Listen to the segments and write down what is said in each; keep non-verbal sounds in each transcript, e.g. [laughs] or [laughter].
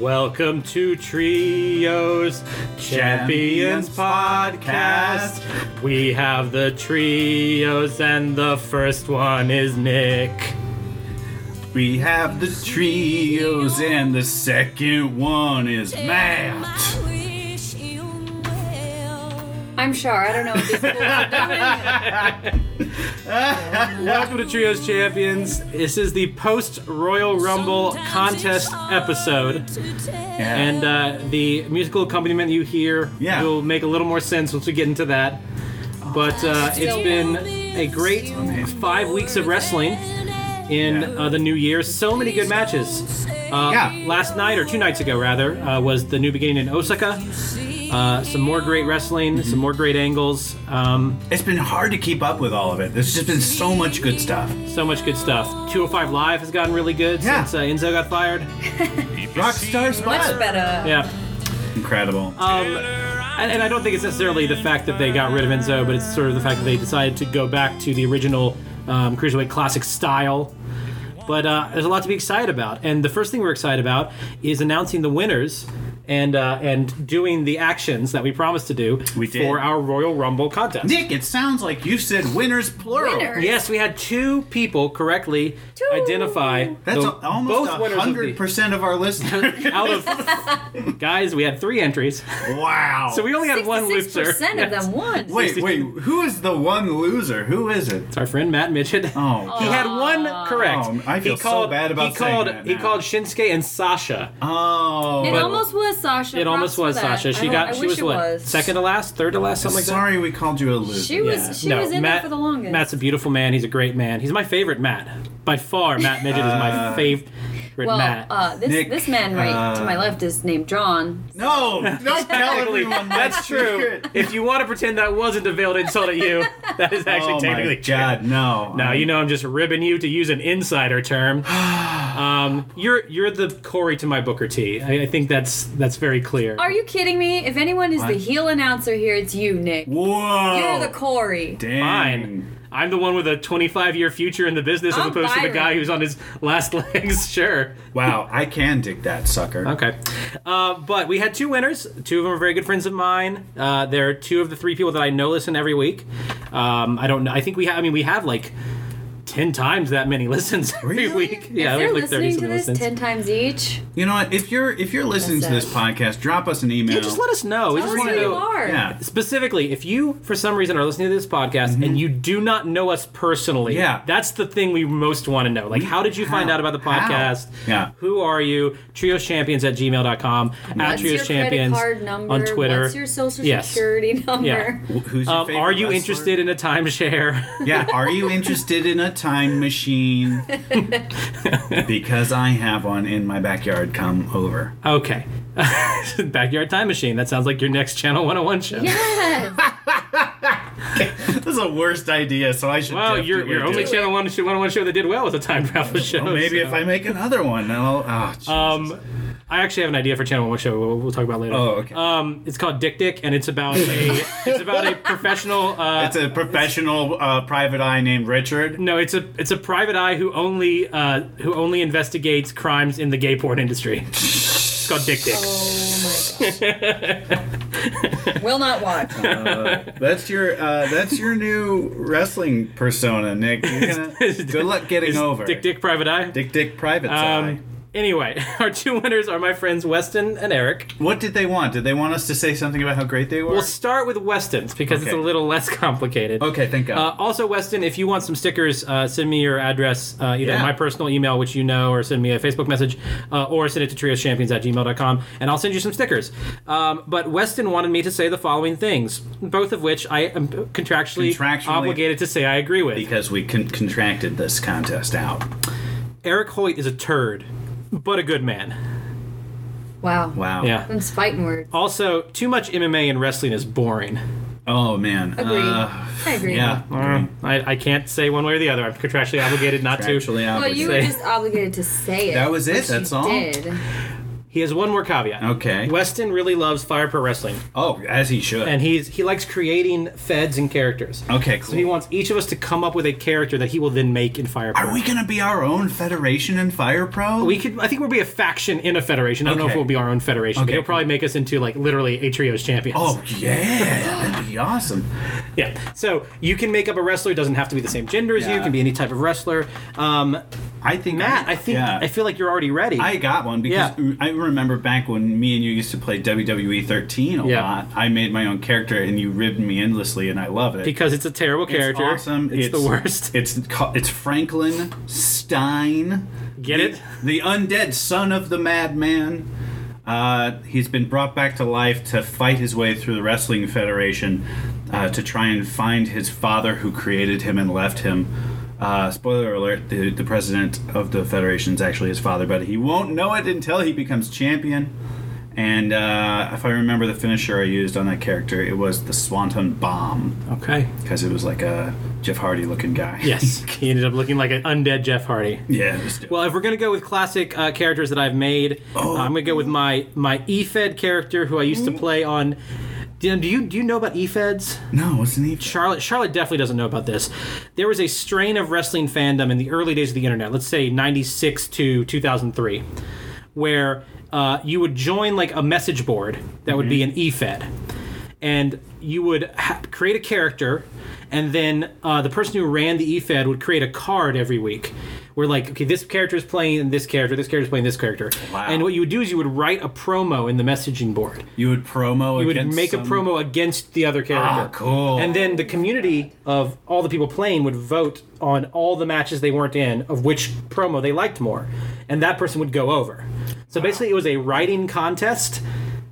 Welcome to Trios Champions Champions Podcast. Podcast. We have the trios, and the first one is Nick. We have the trios, and the second one is Matt. I'm sure. I don't know what these people are doing. Welcome to Trios Champions. This is the post Royal Rumble contest episode, Yeah. and uh, the musical accompaniment you hear Yeah. will make a little more sense once we get into that. But uh, it's So- been a great five weeks of wrestling. in Yeah. uh, the new year. So many good matches. Uh, Yeah. Last night, or two nights ago, rather, uh, was the new beginning in Osaka. Uh, some more great wrestling, Mm-hmm. some more great angles. Um, It's been hard to keep up with all of it. There's just been so much good stuff. so much good stuff. 205 Live has gotten really good Yeah. since uh, Enzo got fired. Rockstar Much Spot. better. Yeah. Incredible. Um, And, and I don't think it's necessarily the fact that they got rid of Enzo, but it's sort of the fact that they decided to go back to the original um, Cruiserweight Classic style. But uh, there's a lot to be excited about, and the first thing we're excited about is announcing the winners and uh, and doing the actions that we promised to do We did. for our Royal Rumble contest. Nick, it sounds like you said winners plural. Winner. Yes, we had two people correctly Two. identify That's the, a, almost both winners hundred of percent of our listeners. [laughs] the, out of [laughs] guys. We had three entries, wow. so we only had one loser. percent of them won. wait, wait. Who is the one loser? Who is it? It's our friend Matt Midget. Oh, He had one correct. Oh, I feel he called, so bad about he called, saying that He now. called Shinsuke and Sasha. oh. It but- almost was Sasha. it Props almost for was that. Sasha. I She don't- got. I she wish was it what? was. Second to last, third to last, something like that. Sorry, we called you a loser. She was. She no, was in Matt, there for the longest. Matt's a beautiful man. He's a great man. He's my favorite Matt. By far, Matt Midget is Uh. my favorite well, Matt. uh, this Nick, this man right to my uh, left is named John. No, don't tell Technically, everyone that's true. If you want to pretend that wasn't a veiled insult at you, that is actually oh my technically true. God, no. Now you know I'm just ribbing you to use an insider term. [sighs] Um, you're you're the Corey to my Booker T. I, I think that's that's very clear. Are you kidding me? If anyone is the heel announcer here, it's you, Nick. Whoa. You're the Corey. Dang. Fine. [laughs] I'm the one with a 25 year future in the business as I'm opposed to the Byron. guy who's on his last [laughs] legs. sure. Wow, I can dig that sucker. Okay. Uh, but we had two winners. Two of them are very good friends of mine. Uh, they're two of the three people that I know listen every week. Um, I don't know. I think we have, I mean, we have like 10 times that many [laughs] listens every Really? week. Yeah, if we you're have like 30 listening to something this listens. ten times each, You know what? If you're if you're listening to That's this it. podcast, drop us an email. Yeah, just let us know. we tell just us want who to you know. are. Yeah. Specifically, if you, for some reason, are listening to this podcast Mm-hmm. and you do not know us personally, Yeah. that's the thing we most want to know. Like, how did you find how? out about the How? podcast? Yeah. Who are you? Trioschampions at gmail.com, at What's your credit trioschampions card number? on Twitter. What's your social Yes. security number? Who's your um, favorite are you wrestler? interested in a timeshare? [laughs] Yeah, are you interested in a time machine? because I have one in my backyard. Come over. [laughs] okay. [laughs] Backyard Time Machine. That sounds like your next Channel 101 show. [laughs] Yes. Oh This is the worst idea, so I should. Wow, definitely your, your do only it. Channel 101 show- 101 show that did well was a time travel show. Well, maybe if so. I make another one, then I'll. Oh, Jesus. Um, I actually have an idea for Channel One One Show. We'll, we'll talk about later. Oh, okay. Um, it's called Dick Dick, and it's about [laughs] a it's about a professional. Uh, it's a professional uh, private eye named Richard. no, it's a it's a private eye who only uh, who only investigates crimes in the gay porn industry. it's called Dick Dick. oh my gosh. Will [laughs] not watch. That's your uh, that's your new wrestling persona, Nick. You're gonna, good luck [laughs] getting Is over Dick Dick Private Eye. Dick Dick Private Eye. Um, anyway, [laughs] our two winners are my friends Weston and Eric. What did they want? Did they want us to say something about how great they were? We'll start with Weston's because it's Okay. a little less [laughs] complicated. okay, thank God. Uh, also, Weston, if you want some stickers, uh, send me your address, uh, either Yeah. my personal email, which you know, or send me a Facebook message, uh, or send it to trioschampions at gmail.com, and I'll send you some stickers. Um, but Weston wanted me to say the following things, both of which I am contractually, Contractually- obligated to say I agree with. because we con- contracted this contest out. Eric Hoyt is a turd, but a good man. Wow. Wow. Yeah. That's fighting words. Also, too much MMA and wrestling is boring. Oh man. Agreed. Uh, I agree. yeah. I, I can't say one way or the other. I'm contractually obligated not to. Actually, I Well, would you say- were just obligated to say it. That was it. which That's you all. Did. He has one more caveat. Okay. Weston really loves Fire Pro Wrestling, Oh, as he should. and he's he likes creating feds and characters. okay, So he cool. wants each of us to come up with a character that he will then make in Fire Pro. Are we gonna be our own federation in Fire Pro? We could. I think we'll be a faction in a federation. I don't know if Okay. we'll be our own federation. But Okay. he'll probably make us into like literally a trios champions. Oh [gasps] yeah, that'd be awesome. yeah. So you can make up a wrestler. Doesn't have to be the same gender as you. Yeah. It Can be any type of wrestler. Um, I think Matt, I think Yeah. I feel like you're already ready. I got one because Yeah. I remember back when me and you used to play WWE 13 a Yeah. lot. I made my own character and you ribbed me endlessly, and I love it. because it's a terrible character. It's awesome. It's, the worst. [laughs] It's ca- it's Franklin Stein. Get the, it? The undead son of the madman. Uh, he's been brought back to life to fight his way through the wrestling federation uh, to try and find his father who created him and left him. Uh, spoiler alert: the, the president of the federation is actually his father, but he won't know it until he becomes champion. And uh, if I remember the finisher I used on that character, it was the Swanton Bomb Okay. because it was like a Jeff Hardy looking guy. Yes. [laughs] he ended up looking like an undead Jeff Hardy. [laughs] yeah. Just, Well, if we're gonna go with classic uh, characters that I've made, uh, I'm gonna go with my my Efed character who I used to play on. Do do you do you know about E Efeds? no, it's an Char- Charlotte Charlotte definitely doesn't know about this. There was a strain of wrestling fandom in the early days of the internet, let's say 96 to 2003, where uh, you would join like a message board that would be an E eFed. And you would ha- create a character, and then uh, the person who ran the eFed would create a card every week. Where like, okay, this character is playing this character, this character is playing this character. Wow. And what you would do is you would write a promo in the messaging board You would promo. you would against make a some- promo against the other character. Ah, cool. And then the community of all the people playing would vote on all the matches they weren't in of which promo they liked more, and that person would go over. So basically, it was a writing contest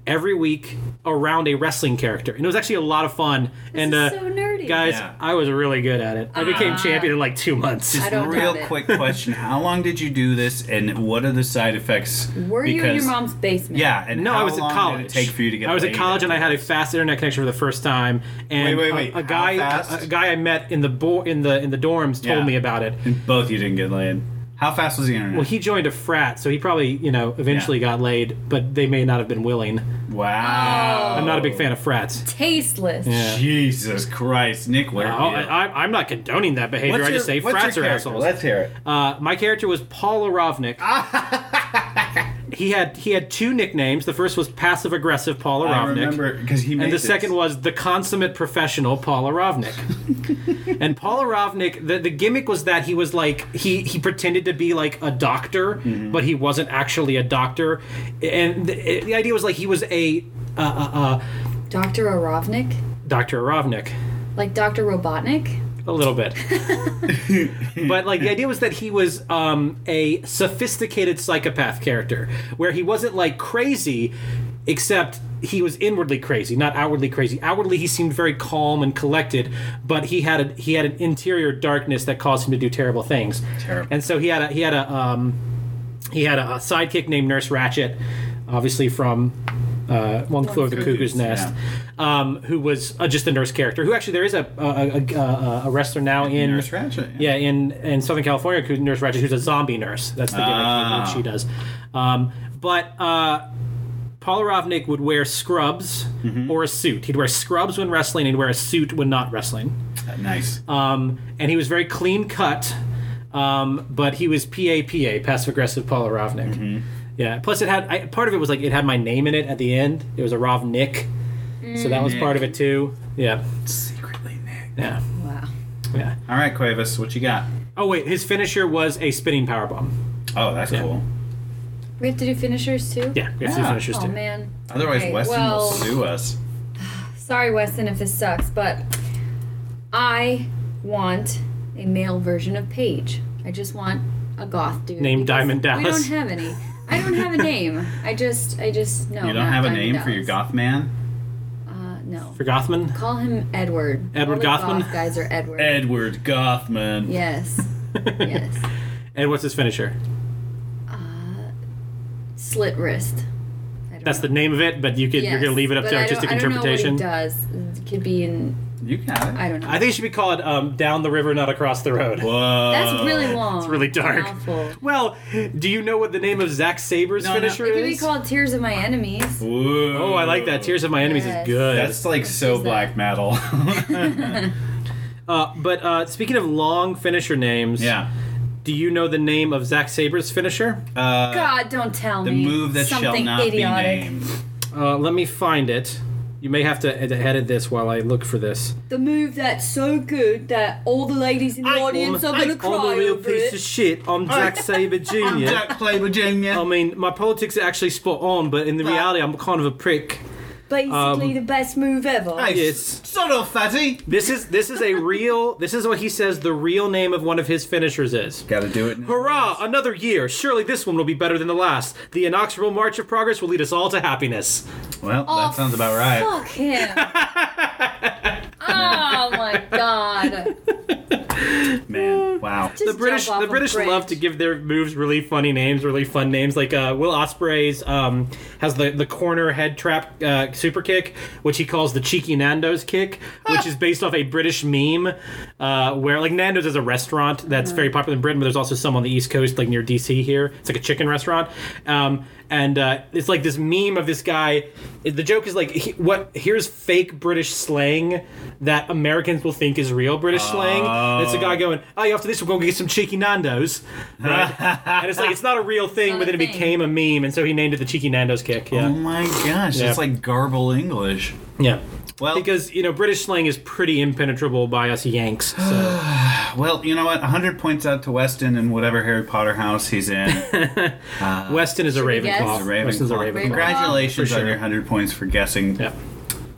every week around a wrestling character, and it was actually a lot of fun. and is uh, so nerdy. guys, Yeah. I was really good at it. I became champion in like two months. Just I don't real doubt it. quick question: [laughs] How long did you do this, and what are the side effects? Were you in your Because- mom's basement? Yeah, and No, how I was long at college. Did it take for you to get? I was at laid? college and I had a fast internet connection for the first time. And Wait, wait, a- wait. A, How guy, fast? A, a guy I met in the bo- in the in the dorms told Yeah. me about it. And both you didn't get laid. How fast was the internet? Well, he joined a frat, so he probably you know eventually Yeah. got laid, but they may not have been willing. wow. I'm not a big fan of frats. Tasteless. Yeah. Jesus Christ, Nick, where? Oh. I, are you? Uh, I, I'm not condoning that behavior. What's I just your- say what's your frats are character? assholes. Let's hear it. Uh, my character was Paul [laughs] Arovnik. he had he had two nicknames. The first was passive aggressive Paul Arovnik. I remember because he made And the this. second was the consummate professional, Paul Arovnik. and Paul Arovnik, the, the gimmick was that he was like he he pretended to be like a doctor, but he wasn't actually a doctor. And the, the idea was like he was a uh, uh, uh, Dr. Arovnik? Dr. Arovnik. Like Dr. Robotnik? A little [laughs] bit, but like the idea was that he was um, a sophisticated psychopath character, where he wasn't like crazy, except he was inwardly crazy, not outwardly crazy. Outwardly, he seemed very calm and collected, but he had a, he had an interior darkness that caused him to do terrible things. Terrible. And so he had a he had a um, he had a, a sidekick named Nurse Ratchet, obviously from uh, One Flew of the Cuckoo's Cuckoo's Nest, Nest. um, who was uh, just a nurse character. Who actually there is a a, a, a, a wrestler now in Nurse Ratchet. yeah, in, in Southern California, who- Nurse Ratchet, who's a zombie nurse. That's the gimmick Ah. that she does. Um, but uh, Paul Rovnik would wear scrubs Mm-hmm. or a suit. He'd wear scrubs when wrestling, and he'd wear a suit when not wrestling. Nice. Um, and he was very clean cut, um, but he was PAPA, passive aggressive Paul Rovnik. Yeah. Plus, it had I, part of it was like it had my name in it at the end. It was a Rovnik, so that was part of it too. Yeah. Secretly, Nick. Yeah. Wow. Yeah. All right, Cuevas, what you got? Oh wait, his finisher was a spinning power bomb. Oh, that's Yeah. cool. We have to do finishers too? Yeah, we have two Yeah. finishers Oh too. man. Otherwise, Okay, Weston well- will sue us. Sorry, Weston, if this sucks, but I want a male version of Paige. I just want a goth dude. Named because Diamond We Dallas. don't have any. I don't have a name. I just, I just oh, no. You don't not have a Diamond name for your Dallas. goth man? Uh, no. For Gothman? Call him Edward. Edward All the Gothman? goth guys are Edward. Edward Gothman. Yes. yes. [laughs] And what's his finisher? Slit wrist. I don't That's the know. name of it, but you could you're Yes, gonna leave it up but to I artistic don't- I don't know what he interpretation. does. It could be in You got it. I don't know. I think it should be called um, Down the River, Not Across the Road. Whoa. That's really long. It's really dark. Mouthful. Well, do you know what the name of Zack Saber's No, no. finisher It could be is? called Tears of My Enemies. Whoa. oh, I like that. Tears of My Enemies Yes. is good. That's like so that? black [laughs] metal. [laughs] Uh, but uh, speaking of long finisher names, yeah. do you know the name of Zack Saber's finisher? Uh, God, don't tell the me. move that shall Something not idiotic. be [laughs] named. Uh, let me find it. You may have to ed- edit this while I look for this. The move that's so good that all the ladies in the audience are I'm- gonna cry I'm a real over piece it. of shit. I'm Zack [laughs] Saber Jr. Jack Play Virginia. I mean, my politics are actually spot on, but in the reality, I'm kind of a prick. Basically, um, the best move ever. Hey, Yes. sort of fatty. This is this is a real. This is what he says. The real name of one of his finishers is. Gotta do it. Hurrah! Another year. Surely this one will be better than the last. The inexorable march of progress will lead us all to happiness. Well, Oh, that sounds about right. Fuck [laughs] him. oh my god. Man, wow. Just The British, jump off the a British bridge. love to give their moves really funny names, really fun names. Like uh, Will Osprey's um, has the the corner head trap uh, super kick, which he calls the cheeky Nando's kick, Ah. which is based off a British meme uh, where like Nando's is a restaurant that's Mm. very popular in Britain, but there's also some on the East Coast, like near DC here. It's like a chicken restaurant, um, and uh, it's like this meme of this guy. The joke is like, he, what? Here's fake British slang that Americans will think is real British slang. And it's a guy going, "Oh, yeah, after this, we're going to get some cheeky Nando's," [laughs] right? and it's like it's not a real thing, Not but a then it thing. became a meme, and so he named it the cheeky Nando's kick. Yeah, Oh my gosh, Yeah. it's like garble English. yeah. Well- because you know British slang is pretty impenetrable by us Yanks. So. [sighs] Well, you know what? 100 points out to Weston and whatever Harry Potter house [laughs] he's in. Weston is a we guess? Ravenclaw. Ravenclaw. Weston's a Ravenclaw. Congratulations For sure. on your 100 points for guessing Yeah.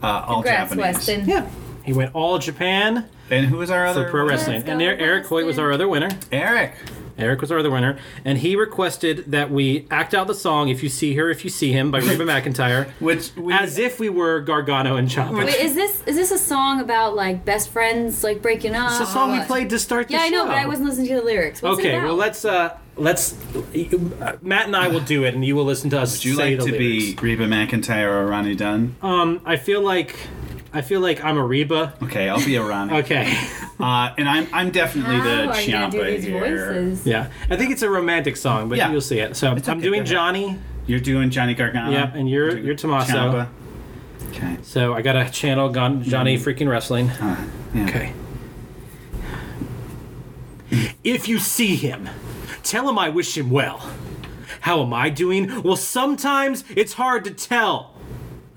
uh, all Congrats, Japanese. Weston. Yeah. He went all Japan And who was our other? for pro wrestling. go, And there, Eric Hoyt was our other winner. Eric. Eric was our other winner. And he requested that we act out the song If You See Her, If You See Him by [laughs] Reba McIntyre Which we, as if we were Gargano and Ciampa. Wait, is this is this a song about like best friends like breaking up? it's the song we uh, What? played to start the Yeah, I know, show. but I wasn't listening to the lyrics. What's it Okay, about? well, let's. uh Let's uh, Matt and I will do it, and you will listen to us. would you say like the to lyrics. be Reba McIntyre or Ronnie Dunn? Um, I feel like, I feel like I'm a Reba. Okay, I'll [laughs] be a Ronnie. Okay, Uh, and I'm I'm definitely How the are you Oh, gonna do Ciampa these here. voices? yeah, I think it's a romantic song, but Yeah. you'll see it. So I'm okay, doing go ahead. Johnny. You're doing Johnny Gargano. Yeah, and you're- doing you're Tommaso. Ciampa. Okay. So I gotta channel Gon- Johnny freaking wrestling. Uh, yeah. Okay. If you see him, tell him I wish him well. How am I doing? Well, sometimes it's hard to tell.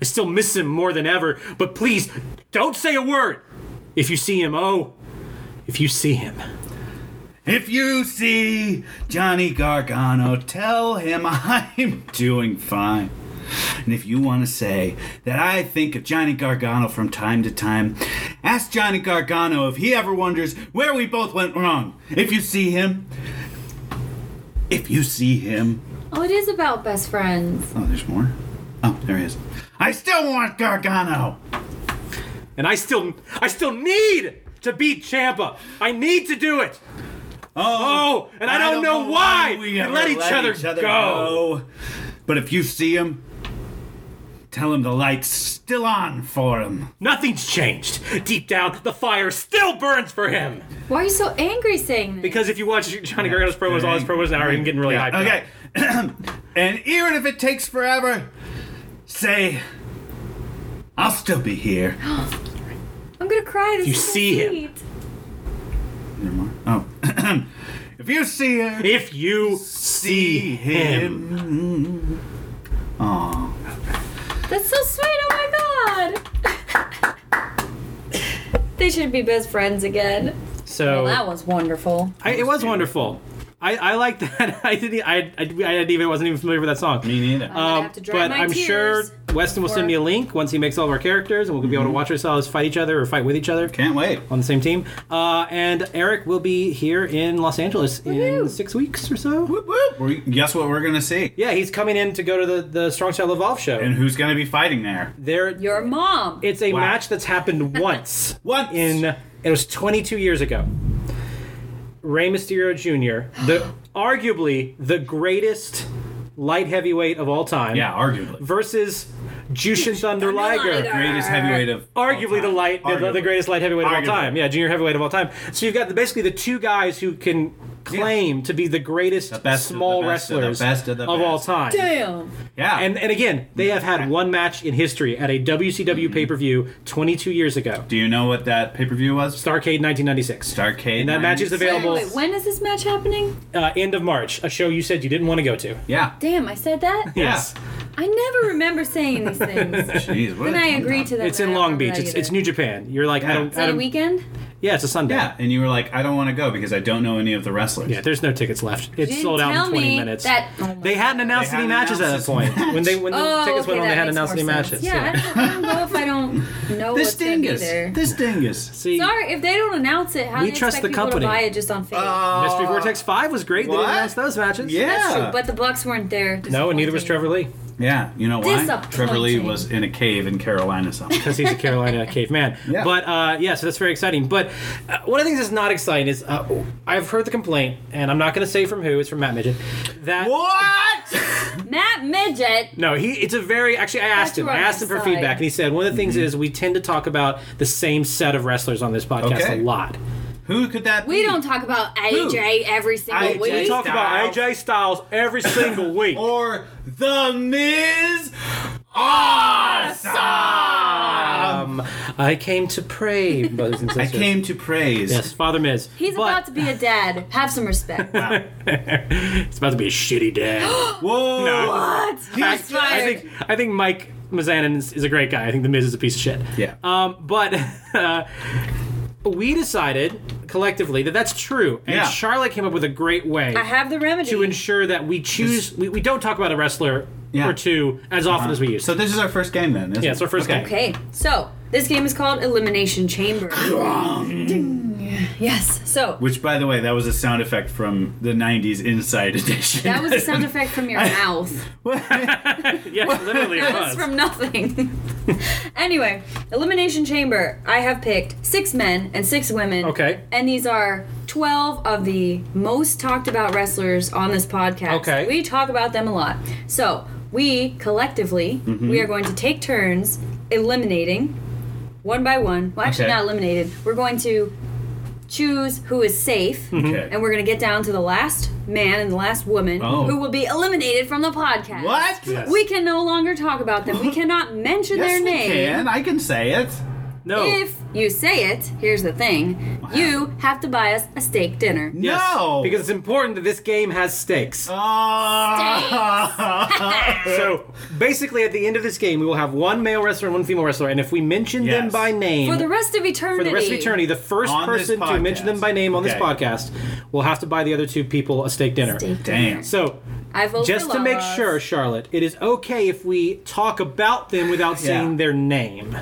I still miss him more than ever, but please don't say a word. If you see him, oh, if you see him. If you see Johnny Gargano, tell him [laughs] I'm doing fine. And if you want to say that I think of Johnny Gargano from time to time, ask Johnny Gargano if he ever wonders where we both went wrong. If you see him, if you see him, Oh, it is about best friends. oh, there's more. Oh, there he is. I still want Gargano. And I still, I still need to beat Champa. I need to do it. Oh, and I, don't, know, why. we we ever let each other, go. But if you see him, tell him the light's still on for him. Nothing's changed. Deep down, the fire still burns for him. Why are you so angry saying this? Because if you watch Johnny Gargano's promos, all his promos now are him getting really Yeah, hyped. up. Okay. [clears throat] and even if it takes forever, say, I'll still be here. I'm gonna cry. This You is so see him. sweet. Never mind. Oh. [clears throat] if you see him, If you see him. Aw. That's so sweet. Oh my god. [laughs] they should be best friends again. So That was wonderful. I, it was wonderful. I, I like [laughs] that. I didn't. e, I, I, I didn't even. wasn't even familiar with that song. Me neither. gonna Um, have to dry but my I'm sure tears Weston will for- send me a link once he makes all of our characters, and we'll be able Mm-hmm. to watch ourselves fight each other or fight with each other Can't wait. on the same team. Uh, and Eric will be here in Los Angeles in Woohoo. six weeks or so. Whoop, whoop. We- Guess what we're going to see? Yeah, he's coming in to go to the the Strong Style Evolve show. And who's going to be fighting there? there, Your mom. it's a Wow. match that's [laughs] happened once. Once. in it was 22 years ago. Rey Mysterio Jr., [gasps] the arguably the greatest light heavyweight of all time, Yeah, arguably. versus Jushin Thunder Liger. Greatest heavyweight of all Arguably the time. light, the- the, Arguably. greatest light heavyweight of all Arguably. time. Yeah, junior heavyweight of all time. So you've got the, basically the two guys who can claim to be the greatest best of the small best of the wrestlers best of the all best. time. Damn. Yeah, And and again, they have had one match in history at a Mm-hmm. WCW pay per view 22 years ago, do you know what that pay per view was? Starcade 1996. Starcade. And that match is 90s? Wait, available wait, wait, when is this match happening? uh, end of March, a show you said you didn't want to go to. Yeah. Damn, I [laughs] said that? Yeah. Yes. I never remember saying these [laughs] things. Jeez, what then a I time agreed bomb. to that. It's but I in don't Long remember Beach. that It's, either. it's New Japan. You're like, I Yeah. don't. Is I that a don't weekend? yeah, it's a Sunday. Yeah, and you were like, I don't want to go because I don't know any of the wrestlers. Yeah, there's no tickets left. It's Didn't sold out tell in 20 me minutes. That, oh my they hadn't announced They any hadn't matches at that announced point. this match. When they when the Oh, tickets went okay, on, that they hadn't makes announced more any matches. sense. Yeah, I don't- I don't know if I don't know This what's in dingus. either. [laughs] This dingus. See, Sorry, if they don't announce it, how We do you trust expect the people company. Uh, to buy it just on faith? Uh, Mystery Vortex Five was great. They What? didn't announce those matches. Yeah. That's true, but the Bucks weren't there. No, and neither was Disappointing. Trevor Lee Yeah, you know why? Disappointing. Trevor Lee was in a cave in [laughs] Carolina somewhere. because he's a [laughs] Carolina caveman. Yeah. But uh, yeah, so that's very exciting. But uh, one of the things that's not exciting is uh, I've heard the complaint, and I'm not going to say from who. It's from Matt Midget. That what? Matt Midget. No, he. It's a very. Actually, I asked That's him. where I I'm asked him for excited. feedback, and he said one of the things Mm-hmm. is we tend to talk about the same set of wrestlers on this podcast Okay. a lot. Who could that be? We don't talk about AJ every single AJ. We week. talk about Styles. AJ Styles every [coughs] single week. Or the Miz. Awesome. um, I came to [laughs] pray, brothers and I sisters. came to praise. Yes, Father Miz. He's But- about to be a dad. Have some respect. [laughs] It's about to be a shitty [gasps] day. Whoa. what? I, He's I fired. think. I think Mike Mazanin is, is a great guy. I think the Miz is a piece of shit. Yeah. Um, but [laughs] uh, we decided collectively that that's true, and Yeah. Charlotte came up with a great way. I have the remedy. to ensure that we choose we, we don't talk about a wrestler Yeah. or two as often as we used. So to. this is our first game then. Isn't yeah, it's our first game. Okay, so this game is called Elimination Chamber. Ding. Yes. So Which, by the way, that was a sound effect from the '90s Inside Edition. that was a sound effect from [laughs] your mouth. [laughs] Yeah, literally it was. That's from nothing. [laughs] anyway, Elimination Chamber. I have picked six men and six women. Okay. And these are 12 of the most talked about wrestlers on this podcast. Okay. We talk about them a lot. So, we collectively, we are going to take turns eliminating one by one. Well, actually, Okay. not eliminated. We're going to choose who is safe. Okay. And we're going to get down to the last man and the last woman Oh. who will be eliminated from the [laughs] podcast. What? Yes. We can no longer talk about them. We Uh-huh. cannot mention yes, their we name. can. I can say it. No. If you say it, here's the thing you have to buy us a steak dinner. Yes, No. Uh, Because it's important that this game has stakes. Ah. so basically, at the end of this game, we will have one male wrestler and one female wrestler, and if we mention them Yes. by name For the rest of eternity. for the rest of eternity, the first On this person to mention them podcast. by name on this Okay. podcast will have to buy the other two people a steak dinner. [laughs] Steak Damn. dinner. So I vote just for to make Lala's. sure, Charlotte, it is okay if we talk about them without Yeah. saying their name.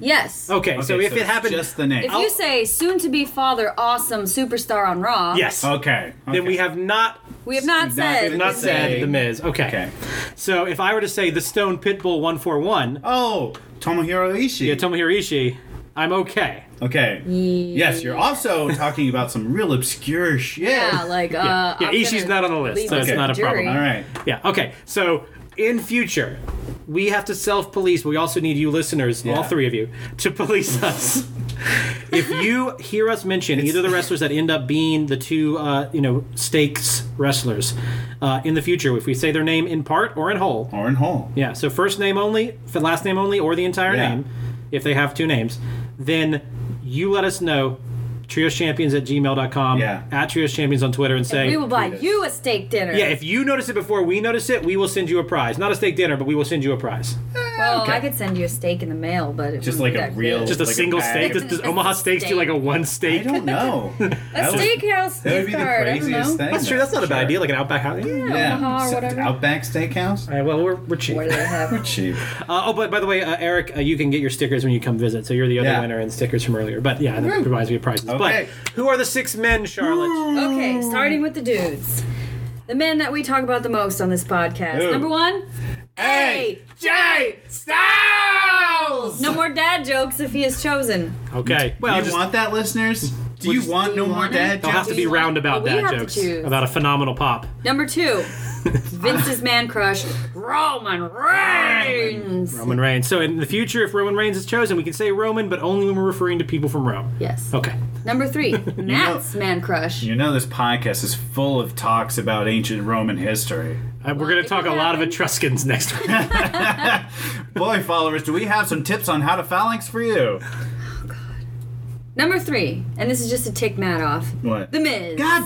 Yes. Okay, so Okay, if it it's happens, just the name. If you say soon to be father, awesome superstar on Raw, yes, Oh, okay, then we okay. have not we have not Not- said. not Say- said the Miz. Okay. Okay. So if I were to say the Stone Pitbull one four one, Oh, Tomohiro Ishii. yeah, Tomohiro Ishii, I'm okay. okay. Yes, you're also talking about some real obscure shit. Yeah, like, uh. Yeah, I'm Ishii's gonna not on the list, leave so this it's to not a the jury. problem. All right. Yeah. Okay. So in future, we have to self police. We also need you listeners, all Yeah. three of you, to police [laughs] us. if you hear us mention either the wrestlers that end up being the two, uh, you know, stakes wrestlers uh, in the future, if we say their name in part or in whole, Orin Hole. Yeah, so first name only, for last name only, or the entire Yeah. name, if they have two names, then you let us know, trioschampions at gmail.com, Yeah. at trioschampions on Twitter, and say, We will buy Yes. you a steak dinner. yeah, if you notice it before we notice it, we will send you a prize. Not a steak dinner, but we will send you a prize. Well, Okay. Oh, I could send you a steak in the mail, but it Just wouldn't like a be that real- good. Just Like a a single bag. steak. Does, does Omaha Steaks do like a one I steak? don't know. a That was- steakhouse That would gift be the card. I don't know. craziest thing. [laughs] That's true. That's not a bad Sure. idea. Like an Outback House. Yeah. Yeah. Omaha or S- whatever. Outback Steakhouse. All right, well, we're, we're cheap. What do they have? Cheap. Uh, oh, but by the way, uh, Eric, uh, you can get your stickers when you come visit. So you're the other Yeah. winner and stickers from earlier. But yeah, that provides me with prizes. Okay. But who are the six men, Charlotte? [laughs] Okay, starting with the dudes. The men that we talk about the most on this podcast. Who? Number one, AJ Styles. no more dad jokes if he is chosen. Okay. Well, you just- want that, listeners? Do you Which- want Do no you more want dad it? They'll have jokes? to be We- roundabout we dad have to jokes choose. about a phenomenal pop. [laughs] Number two, Vince's man crush, Roman Reigns. Roman Reigns. So in the future, if Roman Reigns is chosen, we can say Roman, but only when we're referring to people from Rome. Yes. Oh. Okay. Uh, [laughs] Number three, Matt's man crush. You know this podcast is full of talks about ancient Roman history. Uh, we're Well, going it to talk a could lot of happen. Etruscans [laughs] next week. [laughs] Boy, followers, do we have some tips on how to phalanx for you? Number three, and this is just to tick Matt off. What? The Miz. God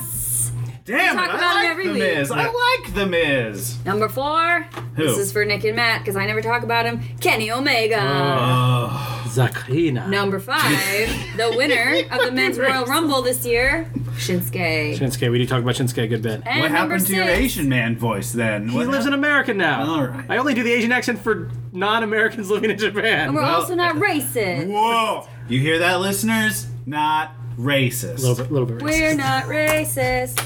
damn it! talk about I like him every the week. Miz. I like the Miz. Number four. Who? This is for Nick and Matt because I never talk about him. Kenny Omega. Oh, Zakrina. Number five, the winner of the men's [laughs] Royal Rumble this year, Shinsuke. Shinsuke. We do talk about Shinsuke a good bit. and what number happened to your six- Asian man voice then? He lives in America now. All right. I only do the Asian accent for non-Americans living in Japan. We're Well- [laughs] also not racist. Whoa! You hear that, listeners? Not racist. a little bit, little bit We're racist. not racist.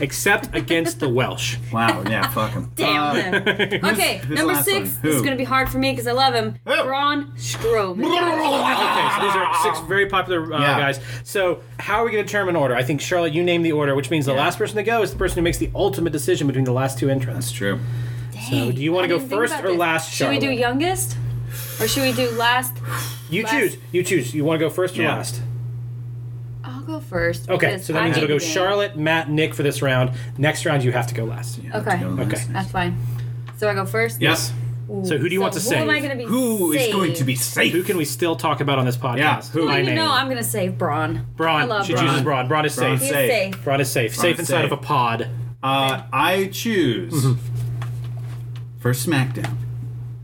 Except against the Welsh. Wow. Yeah. Fuck him. [laughs] Damn [laughs] them. Okay, number Uh, last six. one. This is Who? gonna be hard for me because I love him. Who? Braun Strowman. Okay, so these are [laughs] six very popular uh, Yeah. guys. So, how are we going to determine order? I think Charlotte, you name the order, which means the last person to go is the person who makes the ultimate decision between the last two entrants. That's true. So, do you want to go first or last? Should we do Charlotte? youngest, or should we do last? You last? choose. You choose. You want to go first or Yeah. last? I'll go first. Okay, because so that I means it'll hate go the game. Charlotte, Matt, Nick for this round. Next round, you have to go last. Okay. Okay. That's fine. So I go first. Yes. So, who do you want to who am I save? gonna be? Who is saved? going to be safe? Who can we still talk about on this podcast? Yeah, who? Well, By you name. know I'm gonna save Braun. I Braun. love She Braun. chooses Braun. Braun is Braun. safe. He's Save. safe. Braun is safe. safe is inside safe. of a pod. Uh, I choose Mm-hmm. for SmackDown.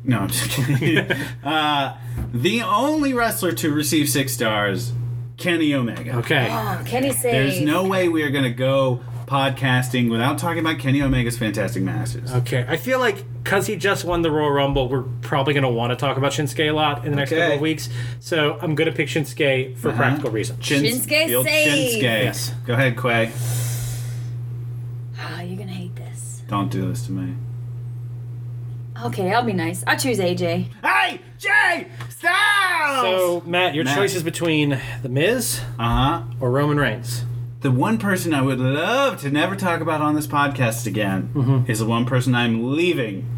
No, I'm just kidding. [laughs] uh, the only wrestler to receive six stars, Kenny Omega. Okay. Oh, Kenny's safe. There's no way we are going to go podcasting without talking about Kenny Omega's Fantastic Masters. Okay, I feel like because he just won the Royal Rumble, we're probably going to want to talk about Shinsuke a lot in the next Okay. Uh-huh. couple of weeks. So I'm going to pick Shinsuke for practical reasons. Shins- Shinsuke the old saved. Shinsuke. Yes. Go ahead, Quay. Oh, you're gonna hate this. Don't do this to me. Okay, I'll be nice. I choose AJ. Hey, Jay so Styles. Matt, your Matt. choice is between The Miz uh huh. or Roman Reigns. The one person I would love to never talk about on this podcast again is the one person I'm leaving.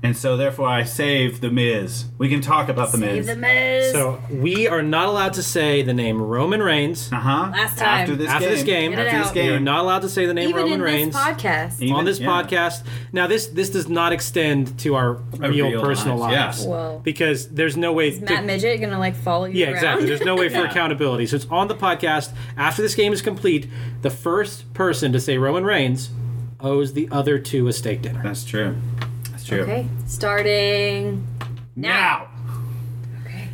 And so, therefore, I save The Miz. We can talk about The Save Miz. the Miz. So we are not allowed to say the name Roman Reigns. uh huh. Last After time. this After game. this game. Get it After this out. We are game. not allowed to say the name even Roman in Reigns. this podcast. Even- on this yeah. podcast. Now this this does not extend to our Our real, real personal lives, lives, yes. Whoa. because there's no way Is to- Matt Midget gonna like follow you Yeah, around? exactly. There's no way for Yeah. accountability. So it's on the podcast. After this game is complete, the first person to say Roman Reigns owes the other two a steak dinner. That's true. That's true. [laughs] okay. Starting Now. Okay.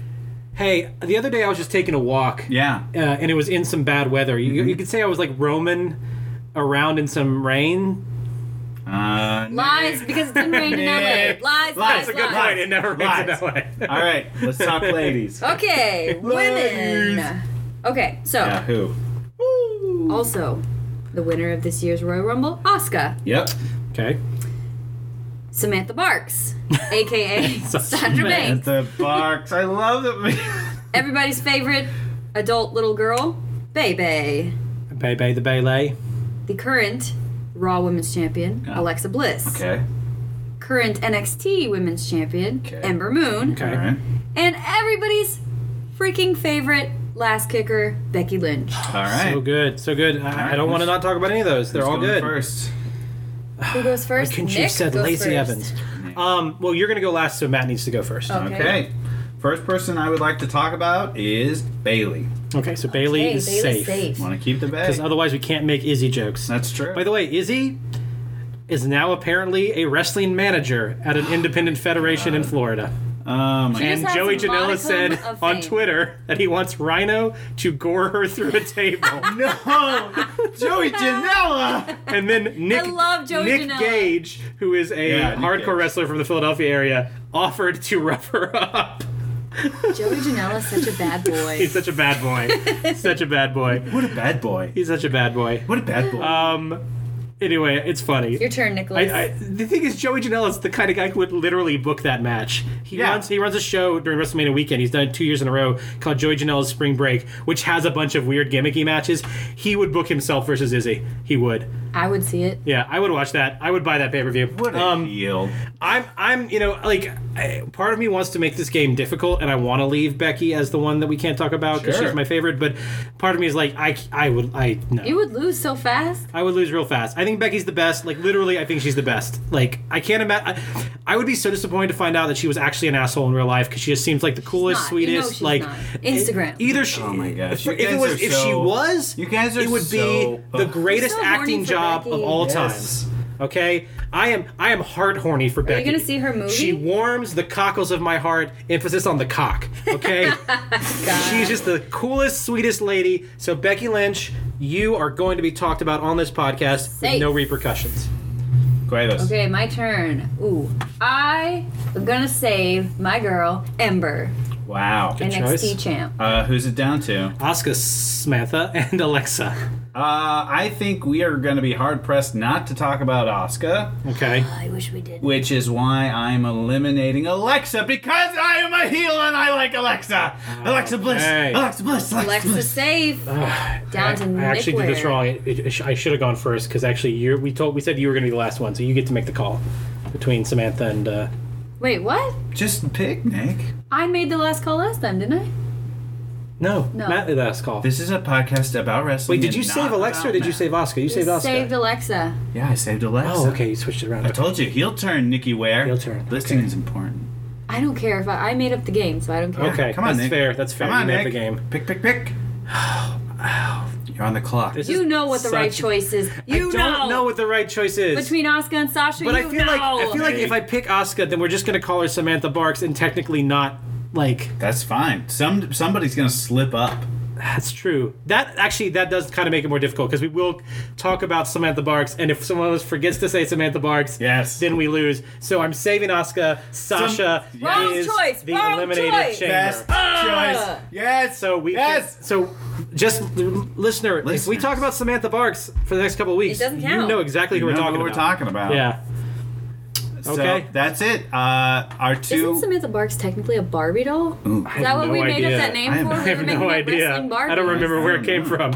Hey, the other day I was just taking a walk, Yeah. uh, and it was in some bad weather. You, you could say I was like roaming around in some rain. Uh, Lies because it didn't rain in LA. Lies, lies, Lies. lies. That's a good point. [laughs] It never rains in All right, let's talk [laughs] ladies. Okay, women. Okay, so Yeah, who? also the winner of this year's Royal Rumble, Asuka, Yep. Okay. Samantha Barks, aka Sandra Samantha. Banks, The box. I love that. everybody's favorite adult little girl, Bebe, Bebe the Bele. the current Raw Women's Champion, Yeah. Alexa Bliss, okay. current NXT Women's Champion, Okay. Ember Moon, Okay. All right. and everybody's freaking favorite last kicker, [sighs] Becky Lynch. All right. So good. So good. I, I don't Who's- want to not talk about any of those. They're Who's all going good. First. Who goes first? Couldn't Nick you have said goes Lacey first. Evans? Um, well, you're going to go last, so Matt needs to go first. Okay. Okay. First person I would like to talk about is Bailey. Okay, so Bailey Okay, is Bailey's safe. Want to keep the Because Bailey? otherwise, we can't make Izzy jokes. That's true. By the way, Izzy is now apparently a wrestling manager at an independent federation in Florida. um, She- and And has Joey a Janela modicum said of on fame. Twitter that he wants Rhino to gore her through a [laughs] table. [laughs] no, Joey Janela. and then Nick, love Joey Nick Janela. Gage, who is a Yeah, Nick hardcore Gage. wrestler from the Philadelphia area, offered to rough her up. [laughs] Joey Janela's such a bad boy. He's such a bad [laughs] boy. such a bad boy. What a bad boy. He's such a bad boy. What a bad boy. Um, Anyway, it's funny. Your turn, Nicholas. I, I, the thing is, Joey Janela is the kind of guy who would literally book that match. He Yeah. runs he runs a show during WrestleMania weekend. He's done it two years in a row called Joey Janela's Spring Break, which has a bunch of weird gimmicky matches. He would book himself versus Izzy. He would. I would see it. Yeah, I would watch that. I would buy that pay per view. What a heel. I'm, I'm, you know, like, I, part of me wants to make this game difficult, and I want to leave Becky as the one that we can't talk about because Sure. she's my favorite. But part of me is like, I, I would, I no, You would lose so fast. I would lose real fast. I think Becky's the best. Like, literally, I think she's the best. Like, I can't imagine. I, I would be so disappointed to find out that she was actually an asshole in real life because she just seems like the coolest, not. You know sweetest. she's like, e-, not. Instagram. Either she, Oh my gosh, If, you it guys was, are if she so- was, you guys are it would so- be the Ugh. greatest so horny acting for job of Becky. all Yes. times. Okay, I am I am heart horny for Becky. gonna see her movie? She warms the cockles of my heart. Emphasis on the cock. [laughs] Okay, she's just the coolest, sweetest lady. So Becky Lynch, you are going to be talked about on this podcast with Safe. no repercussions. Gravis. Okay, my turn. Ooh, I am gonna save my girl Ember, Wow. Good NXT choice. champ. Uh, who's it down to? Oscar, Samantha, [laughs] and Alexa. Uh, I think we are going to be hard pressed not to talk about Asuka, Okay. I wish we did. which is why I'm eliminating Alexa because I am a heel and I like Alexa. Alexa Bliss. Okay. Alexa Bliss. Alexa, Alexa Bliss. safe. Down to Ah, I actually did this Nickware. wrong. It- it- sh- I should have gone first because actually, you we told we said you were going to be the last one, so you get to make the call between Samantha and. Uh, Wait, what? Just pick, Nick. I made the last call last time, didn't I? no, No. Matt did the last call. This is a podcast about wrestling. Wait, did and you not save Alexa or about did you Matt. save Oscar? You saved Oscar. Saved Alexa. Yeah, I saved Alexa. oh, okay. You switched it around. I told you, heel turn, Nikki Ware. Heel turn, Listening okay. is important. I don't care if I, I made up the game, so I don't care. Okay, Come on, that's Nick. fair. That's fair. Come on, you made Nick. the game. Pick, pick, pick. [sighs] You're on the clock. This You is know what the such- right choice is. You I don't know what the right choice is. between Oscar and Sasha. but I you feel like I know. feel like if I pick Oscar, then we're just going to call her Samantha Barks, and technically not like That's fine. Some somebody's gonna slip up. That's true. That actually that does kind of make it more difficult because we will talk about Samantha Barks, and if someone else forgets to say Samantha Barks, Yes. then we lose. So I'm saving Oscar. Sasha Wrong is choice, the wrong eliminated choice. chamber. choice. Ah! Yes. So we Yes. so just listener, if we Listeners. talk about Samantha Barks for the next couple of weeks, doesn't you count. know exactly who we're You know talking who we're about. talking about. Yeah. So Okay. that's it. Uh, our Isn't two. Samantha Barks technically a Barbie doll? Ooh, Is that what no we made idea. up that name I am- for? I I have [laughs] no idea. I don't remember where it Hmm. came from.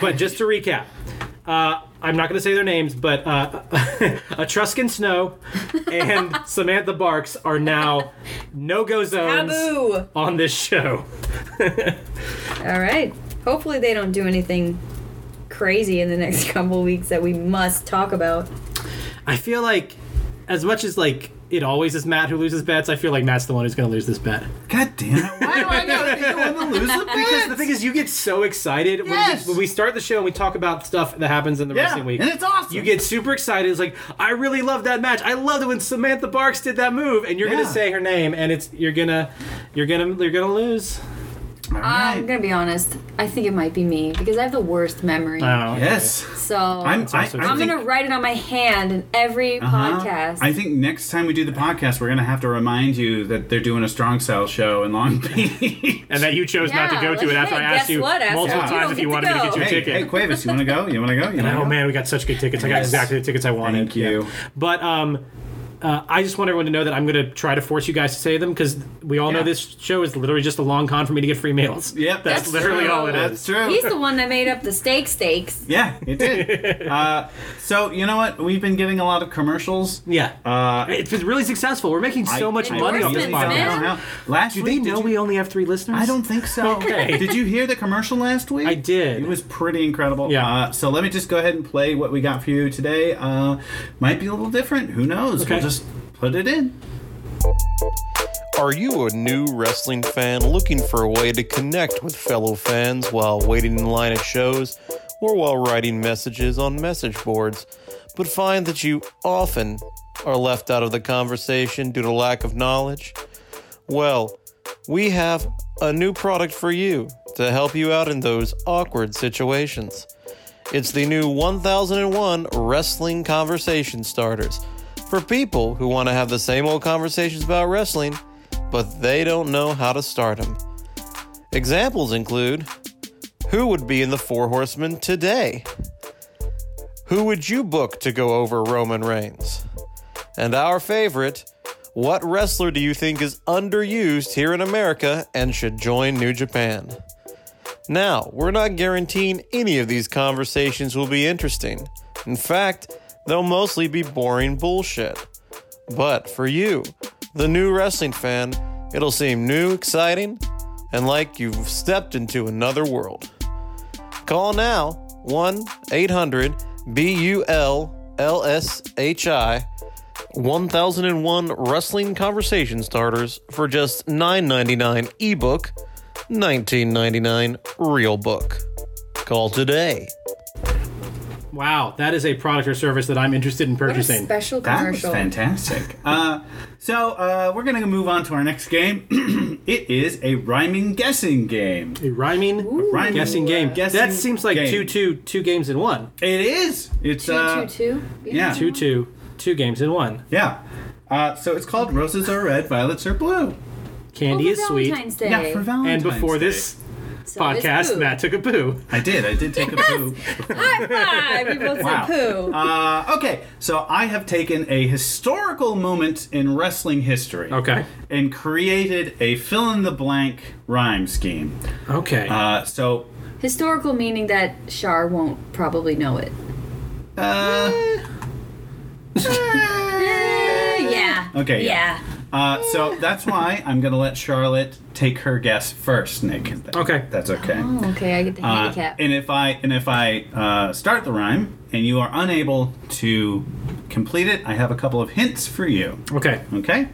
But just to recap, uh, I'm not going to say their names, but uh, [laughs] Etruscan Snow and Samantha Barks are now no go zones Taboo. on this show. All right. Hopefully they don't do anything crazy in the next [laughs] couple weeks that we must talk about. I feel like, as much as like it always is Matt who loses bets, I feel like Matt's the one who's going to lose this bet. God damn it! Why do I gotta be the one to lose [laughs] the Because the thing is, you get so excited when we- Yes. when, we, start the show and we talk about stuff that happens in the yeah, wrestling week. and it's awesome. You get super excited. It's like I really love that match. I loved it when Samantha Barks did that move, and you're Yeah. gonna say her name, and it's you're gonna, you're gonna, you're gonna lose. All I'm right. going to be honest. I think it might be me because I have the worst memory. yes. So I'm. I, also I true. I'm think, going to write it on my hand in every uh-huh. podcast. I think next time we do the podcast, we're gonna have to remind you that they're doing a strong sale show in Long [laughs] Beach. And that you chose not to Yeah, go to like, it after hey, I asked guess you what, asshole? multiple You times don't if you get wanted to me to get you a Hey, ticket. hey, Quavis, you wanna go? You wanna [laughs] go? You wanna Oh go? man, we got such good tickets. I got Yes. exactly the tickets I wanted. Thank you. But um, uh, I just want everyone to know that I'm going to try to force you guys to say them because we all know Yeah. this show is literally just a long con for me to get free meals. Yep, that's, That's literally true. all it That's is. true. He's the one that made up the steak steaks. Yeah, it did. [laughs] uh, so you know what? We've been getting a lot of commercials. Yeah, Uh, it's been really successful. We're making so I- much I money off this really Endorsements, podcast. don't know how- Last Do week, they did know you- we only have three listeners? I don't think so. Okay. Did you hear the commercial last week? I did. It was pretty incredible. Yeah. Uh, so let me just go ahead and play what we got for you today. Uh, might be a little different. Who knows? Okay. We'll just put it in. Are you a new wrestling fan looking for a way to connect with fellow fans while waiting in line at shows or while writing messages on message boards, but find that you often are left out of the conversation due to lack of knowledge? Well, we have a new product for you to help you out in those awkward situations. It's the new 1001 Wrestling Conversation Starters for people who want to have the same old conversations about wrestling, but they don't know how to start them. Examples include Who would be in the Four Horsemen today? Who would you book to go over Roman Reigns? And our favorite, what wrestler do you think is underused here in America and should join New Japan? Now, we're not guaranteeing any of these conversations will be interesting. In fact, they'll mostly be boring bullshit. But for you, the new wrestling fan, it'll seem new, exciting, and like you've stepped into another world. Call now 1 800 B U L L S H I 1001 Wrestling Conversation Starters for just $9.99 ebook, $19.99 real book. Call today. Wow, that is a product or service that I'm interested in What a purchasing. special That was commercial. fantastic. Uh, so uh, we're gonna move on to our next game. [clears throat] it is a rhyming guessing game. a rhyming, rhyming guessing game. guessing that seems like game. two, two, two games in one. It is. It's uh, Two, two, two. yeah. Two, two, two games in one. yeah. Uh, so it's called roses are red, violets are blue. Candy Over is sweet. Valentine's Day. Yeah, for And Valentine's before Day. this So is podcast, poo. Matt took a poo. I did. I did take a poo. High five! We both Wow. said poo. Uh, okay, so I have taken a historical moment in wrestling history. Okay. And created a fill in the blank rhyme scheme. Okay. Uh, so, Historical meaning that Shar won't probably know it. uh, [laughs] Eh, yeah. Okay, yeah. Yeah. uh, so that's why I'm gonna let Charlotte take her guess first, Nick. Okay. That's okay. Oh, okay. I get the Uh, handicap. and if I and if I uh, start the rhyme and you are unable to complete it, I have a couple of hints for you. okay. Okay?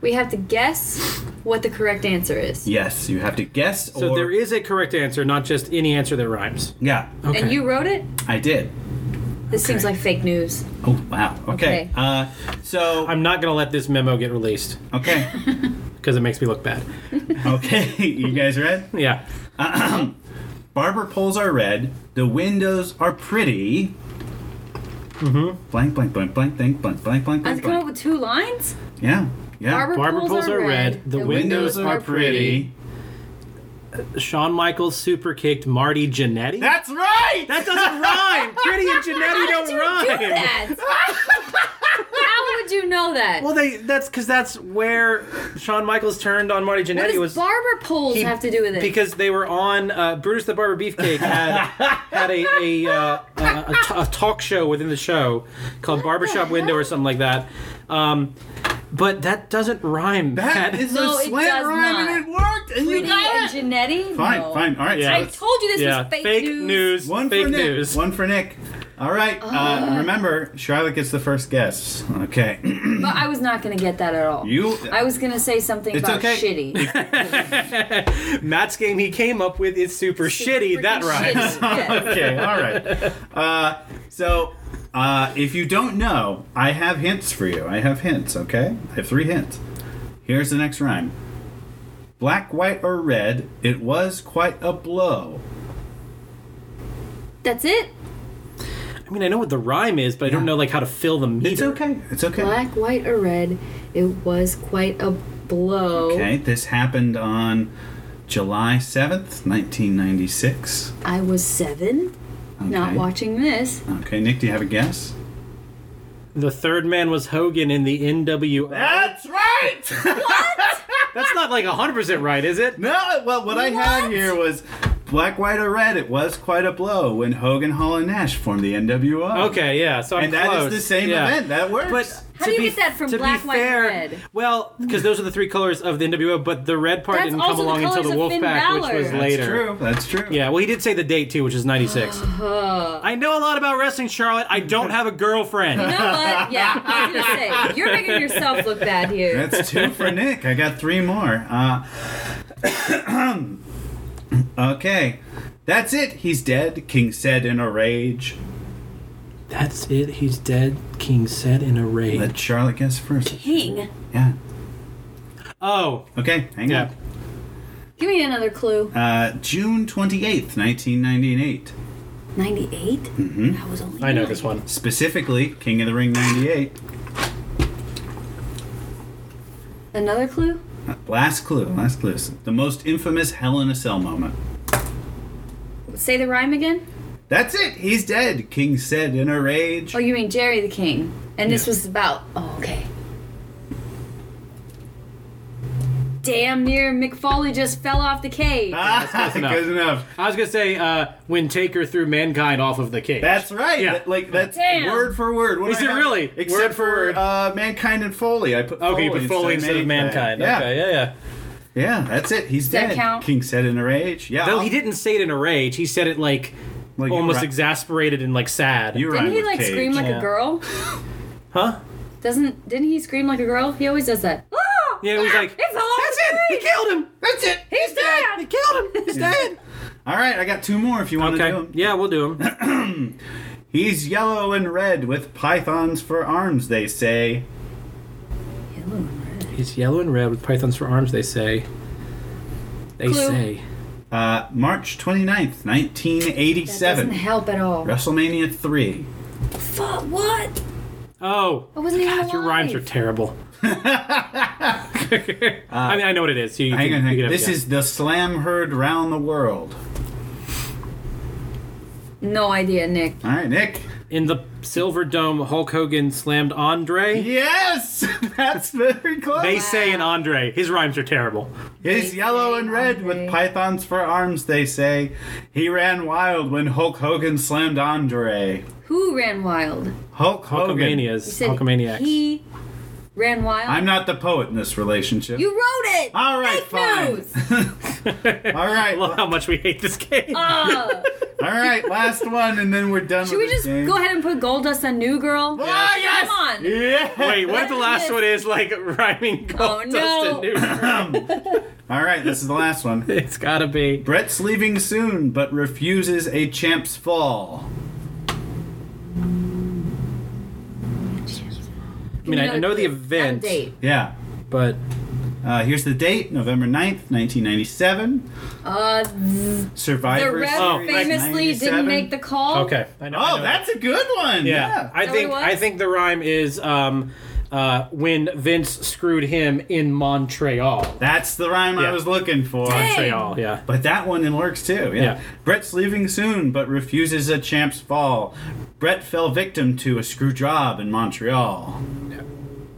we have to guess what the correct answer is. Yes, you have to guess. So or, there is a correct answer, not just any answer that rhymes. Yeah, Okay. And you wrote it? I did. This seems like fake news. Oh wow. Okay. Okay. Uh, so I'm not going to let this memo get released [laughs] okay. because it makes me look bad. okay. You guys read? Yeah. Barber poles are red. The windows are pretty. Mm-hmm. Blank, blank, blank, blank, blank, blank, blank, blank, I was blank. coming up blank. with two lines? Yeah. Yeah. Barber, Barber poles are red, the windows, are, pretty. Shawn Michaels super kicked Marty Jannetty. That's right. That doesn't rhyme. Pretty and Jannetty How don't did you rhyme. do [laughs] that? How would you know that? Well, they that's because that's where Shawn Michaels turned on Marty what Jannetty does was barber poles he- have to do with it? because they were on uh, Brutus the Barber Beefcake had had a a, uh, a, a, t- a talk show within the show called Barbershop Window or something like that. Um, but that doesn't rhyme. That That- is No, a it slam does rhyme, not. and it worked, and Pretty you got it. and Janetti? Fine, No. fine. All right. Yeah. So I let's- told you this yeah, was fake, news. one fake for Nick. news. One for Nick. All right. Ah. Uh, remember, Charlotte gets the first guess. Okay. But I was not going to get that at all. You. I was going to say something It's about okay. shitty. Matt's game he came up with is super, shitty. That [laughs] Freaking [laughs] rhymes. shitty, [laughs] yes. okay, all right. Uh, so, uh, if you don't know, I have hints for you. I have hints, okay? I have three hints. Here's the next rhyme Black, white, or red, it was quite a blow. That's it? I mean, I know what the rhyme is, but I don't know like how to fill the meter. It's okay. It's okay. Black, white, or red, it was quite a blow. Okay, this happened on July 7th, 1996. I was seven, Okay. not watching this. Okay, Nick, do you have a guess? The third man was Hogan in the NWO. That's right! That's not like 100% right, is it? [laughs] No, well, what I had here was black, white, or red. It was quite a blow when Hogan, Hall, and Nash formed the NWO. Okay, yeah. So I'm and that is close. the same Yeah. event. That works. But How to do you be- get that from to be black, white, fair- red? Well, because those are the three colors of the NWO, but the red part That's didn't come also the along until the colors of Finn Wolfpack, which Balor. was that's later. true. That's true. Yeah, well, he did say the date too, which is [sighs] '96. I know a lot about wrestling, Charlotte. I don't have a girlfriend. You know what? Yeah, I was gonna say you're making yourself look bad here. That's [laughs] two for Nick. I got three more. Uh, [coughs] okay. That's it. He's dead, King said in a rage. That's it. He's dead. King said in a rage. Let Charlotte guess first. King, Yeah. Oh, Okay, hang yeah. give me another clue. on. Uh, June 28th, 1998. Ninety-eight. Mm-hmm. That was only. I know this one. Specifically, King of the Ring 98. Another clue. Uh, Last clue, last clue. The most infamous Hell in a Cell moment. Say the rhyme again. That's it. He's dead, King said in a rage. Oh, you mean Jerry the King? And this Yeah. was about. Oh, okay. Damn near McFoley just fell off the cage. Ah, that's close [laughs] good enough. I was gonna say uh, when Taker threw mankind off of the cage. That's right. Yeah. That- like that's Damn. word for word. What Is do I it have? really? Except Word for for word. Uh, mankind and Foley. I put okay, you put Foley instead of mankind. Yeah, Okay, yeah, yeah. yeah. That's it. He's that dead. count? King said in a rage. Yeah. Though he didn't say it in a rage, he said it like, Like, almost you're right. exasperated and like sad. You rhyme didn't he with like cage. scream like Yeah. a girl? huh? Doesn't? Didn't he scream like a girl? He always does that. Ah! Yeah, he's Ah! like, It's all That's it. He killed him. That's it. He's He dead. killed him. He's dead. All right, I got two more if you want to do Okay. them. Yeah, we'll do him. He's yellow and red with pythons for arms. They say. He's yellow and red with pythons for arms. They say. They Clue. say. Uh, March 29th, That doesn't 1987. help at all. WrestleMania 3. Fuck what? Oh. I wasn't even God, your rhymes are alive. terrible. I mean, I know what it is. So you Hang can, on, you hang can have on. a This guess. is the slam heard round the world. No idea, Nick. All right, Nick. in the Silver Dome. Hulk Hogan slammed Andre. Yes, [laughs] that's very close. They say and Andre. His rhymes are terrible. He's They yellow say and red with Andre. pythons for arms. They say he ran wild when Hulk Hogan slammed Andre. Who ran wild? Hulk Hogan. You Hulkamanias. said Hulkamaniacs. he ran wild. I'm not the poet in this relationship. you wrote it. All right, Fake fine. [laughs] news. [laughs] All right, Love all how much we hate this game. Ah. right. Last one, and then we're done. Should we with this just game. go ahead and put gold dust on New Girl? Ah, yes! Come on. Yeah. Wait, what if the last one is like rhyming gold Oh, dust no. and new? All right, this is the last one. [laughs] It's gotta be. Brett's leaving soon, but refuses a champ's fall. I mean, I, I know the event, Date. Yeah. but Uh, here's the date, November 9th, 1997. Uh, the Survivor ref Oh, Series famously 97. didn't make the call. okay. I know, I Oh, know. that's a good one. yeah. Yeah. I that think what it I was? think the rhyme is um, uh, when Vince screwed him in Montreal. That's the rhyme Yeah. I was looking for. Dang. Montreal, yeah. But that one it works too. Yeah. Yeah. Brett's leaving soon, but refuses a champ's fall. Brett fell victim to a screw job in Montreal.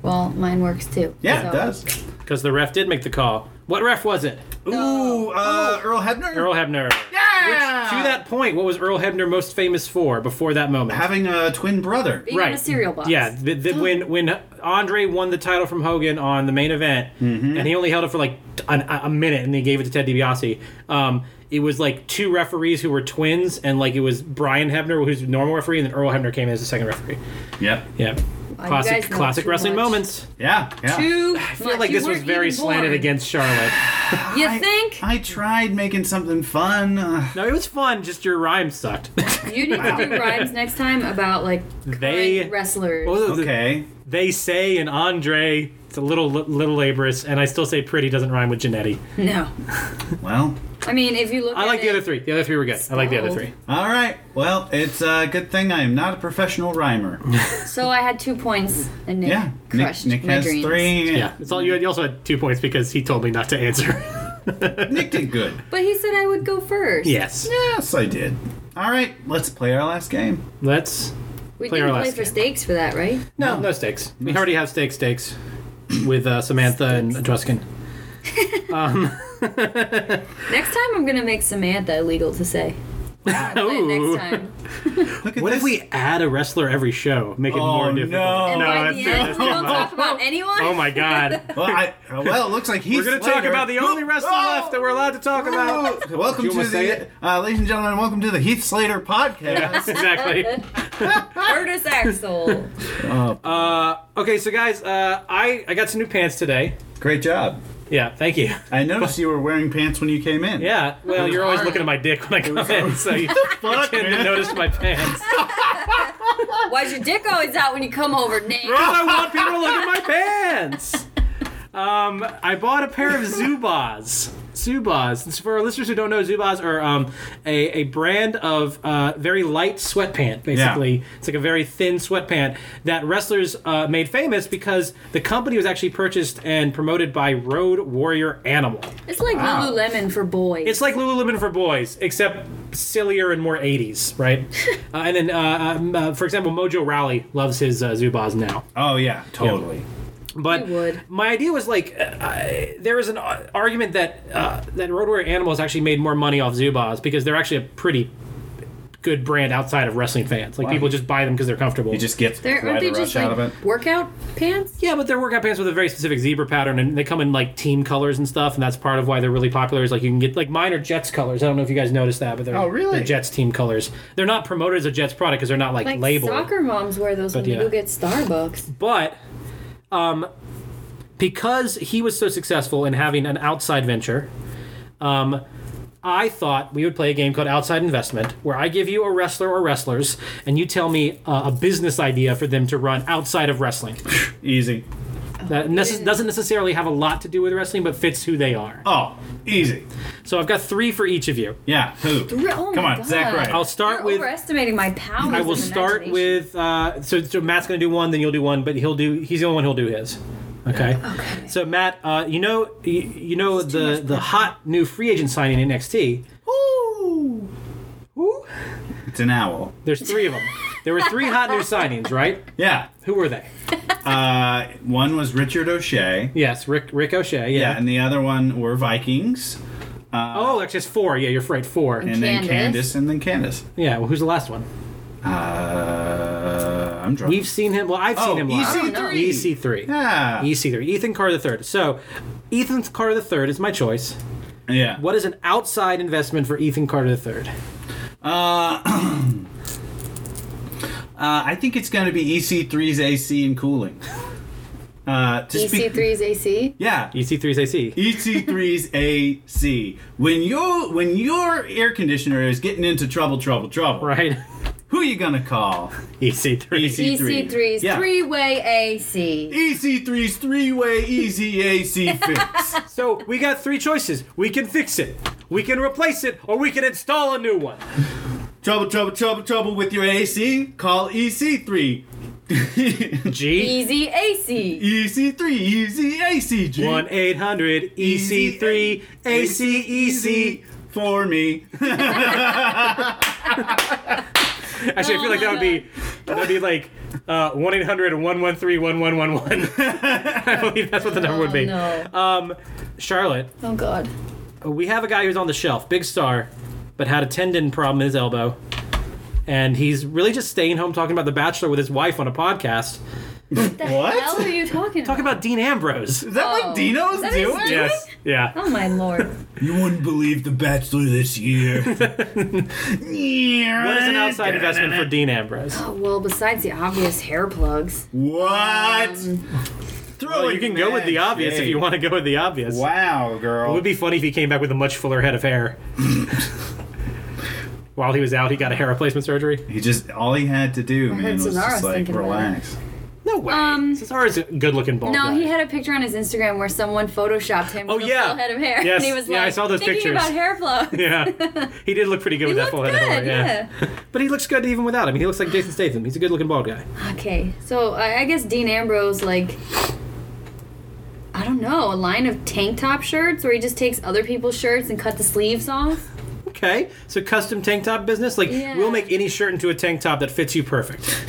Well, mine works too. Yeah, so. it does. Because the ref did make the call. What ref was it? Ooh, oh. uh, Earl Hebner. Earl Hebner. Yeah. To that point, what was Earl Hebner most famous for before that moment? having a twin brother. Being in a cereal box. Uh, Yeah, the, the, when when Andre won the title from Hogan on the main event, and he only held it for like an, a minute, and they gave it to Ted DiBiase. Um, it was like two referees who were twins, and like it was Brian Hebner, who's a normal referee, and then Earl Hebner came in as the second referee. Yep. Yeah, you classic guys know classic too wrestling much. moments. Yeah. Yeah. Too I feel like this was very slanted against [sighs] Charlotte. You I- think? I tried making [laughs] something fun. Uh, No, it was fun. Just your rhyme sucked. [laughs] You need to do rhymes next time about like current They- wrestlers. What was it? okay. They say and Andre. It's a little little laborious, and I still say pretty doesn't rhyme with Janetti. No, Well. I mean if you look. I at like the it- other three. The other three were good. I like the other Spelled. three. All right. Well, it's a good thing I am not a professional [laughs] rhymer. So I had two points, and Nick Yeah. Nick, crushed Nick my has dreams. three. [laughs] Yeah, it's all you. You also had two points because he told me not to answer. [laughs] Nick did good. But he said I would go first. yes. Yes, I did. All right. Let's play our last game. Let's. We Play our didn't last play for game. stakes for that, right? No, no stakes. We already have steak steaks with uh, Samantha and Druskin. Next time I'm gonna make Samantha illegal to say. Play it Ooh. next [laughs] time. Look at What this. if we add a wrestler every show? Make it Oh, more no. difficult. And By no, that's the too, end, that's we too don't much. [laughs] talk about anyone. Oh my [laughs] god. Well, I, uh, well, it looks like he's. We're gonna talk about the only wrestler left that we're allowed to talk [laughs] about. Welcome You to wanna say the, it? uh, ladies and gentlemen, welcome to the Heath Slater podcast. exactly. Curtis Axel. Uh, okay, so guys, uh, I I got some new pants today. [laughs] Great job. Yeah, thank you. I noticed you were wearing pants when you came in. Yeah, well, you're always looking at my dick when I come in, so you [laughs] Fuck, tend to man. notice my pants. Why's your dick always out when you come over, [laughs] Nick? Because I want people to look at my pants. Um, I bought a pair of Zubas. Zubas. For our listeners who don't know, Zubas are um, a, a brand of uh, very light sweatpant, basically. Yeah. It's like a very thin sweatpant that wrestlers uh, made famous because the company was actually purchased and promoted by Road Warrior Animal. It's like Wow. Lululemon for boys. It's like Lululemon for boys, except sillier and more 80s, right? uh, and then, uh, um, uh, for example, Mojo Rowley loves his uh, Zubas now. Oh yeah, totally. But You would. my idea was like, uh, I, there is an ar- argument that uh, that Road Warrior Animals actually made more money off Zubaz because they're actually a pretty good brand outside of wrestling fans. Like Wow. people just buy them because they're comfortable. He just gets They're, quite aren't a they rush just out like of it. workout pants? yeah, but they're workout pants with a very specific zebra pattern, and they come in like team colors and stuff, and that's part of why they're really popular. Is like you can get like mine are Jets colors. I don't know if you guys noticed that, but they're Oh, really? they're Jets team colors. They're not promoted as a Jets product because they're not like, Like labeled. soccer moms wear those when yeah. you go get Starbucks. But um, because he was so successful in having an outside venture, um, I thought we would play a game called Outside Investment, where I give you a wrestler or wrestlers, and you tell me uh, a business idea for them to run outside of wrestling. Easy. That nece- doesn't necessarily have a lot to do with wrestling, but fits who they are. Oh, easy. So I've got three for each of you. Yeah. Who? Oh my Come on, God. Zach. Right. I'll start You're with. overestimating my powers. I of will start imagination. with uh, so, so Matt's gonna do one, then you'll do one, but he'll do he's the only one who'll do his. Okay. Okay. So Matt, uh, you know you, you know the the hot new free agent signing in NXT. Ooh. Ooh. It's an owl. There's three of them. There were three hot new signings, right? Yeah. Who were they? Uh, one was Richard O'Shea. Yes, Rick Rick O'Shea. Yeah. Yeah, and the other one were Vikings, oh, actually, it's four. Yeah, you're right. Four. and then Candace. Candace, and then Candace. yeah. Well, who's the last one? Uh, I'm drunk. We've seen him. Well, I've oh, seen him EC3. live. E I don't know. EC3. Yeah. EC3. E Ethan Carter III. So, Ethan Carter III is my choice. yeah. What is an outside investment for Ethan Carter III? Uh, I think it's going to be EC3's AC and cooling. Uh, to speak- EC3's AC. Yeah. E EC3's AC. EC3's AC. When your when your air conditioner is getting into trouble, trouble, trouble. [laughs] Right. Who you gonna call? E EC3. EC3. EC3's Yeah. three-way AC. EC3's E three-way E easy AC [laughs] fix. So we got three choices. We can fix it, we can replace it, or we can install a new one. trouble, trouble, trouble, trouble with your AC. Call E [laughs] EC3. E G. Easy AC. EC3 easy AC. G. 1 800 EC3 E ACEC. for me. Actually, I feel like that would be that would be like uh, 1 800 113 1111. [laughs] I believe that's what the number would be. Oh, No. Um, Charlotte, Oh God. we have a guy who's on the shelf, big star, but had a tendon problem in his elbow. And he's really just staying home talking about The Bachelor with his wife on a podcast. The What? hell are you talking Talking about Dean [laughs] Ambrose. Is that Oh. what Dino's That is doing? Dino? Yes. Yeah. Oh my lord. You wouldn't believe The Bachelor [laughs] this year. what What is is an outside investment for Dean Ambrose? Oh, well, besides the obvious hair plugs. What? Throw Well, you can go with the obvious if you want to go with the obvious. Wow, It girl. would be funny if he came back with a much fuller head of [laughs] hair. While he was out, he got a hair replacement surgery. he just all he had to do, man, heard was Cesaro's just like thinking about relax. No way. Um, Cesaro's a good-looking bald No, guy. he had a picture on his Instagram where someone photoshopped him Oh, with yeah. a full head of hair, Yes. and he was Yeah, I like, saw those thinking pictures. about hair [laughs] plugs. yeah, he did look pretty good He with that looked full good, head of hair. yeah. but he looks good even without him. He looks like Jason Statham. He's a good-looking bald guy. Okay, so I, I guess Dean Ambrose, like, I don't know, a line of tank top shirts where he just takes other people's shirts and cut the sleeves off. [laughs] Okay, so custom tank top business. Like Yeah. we'll make any shirt into a tank top that fits you perfect.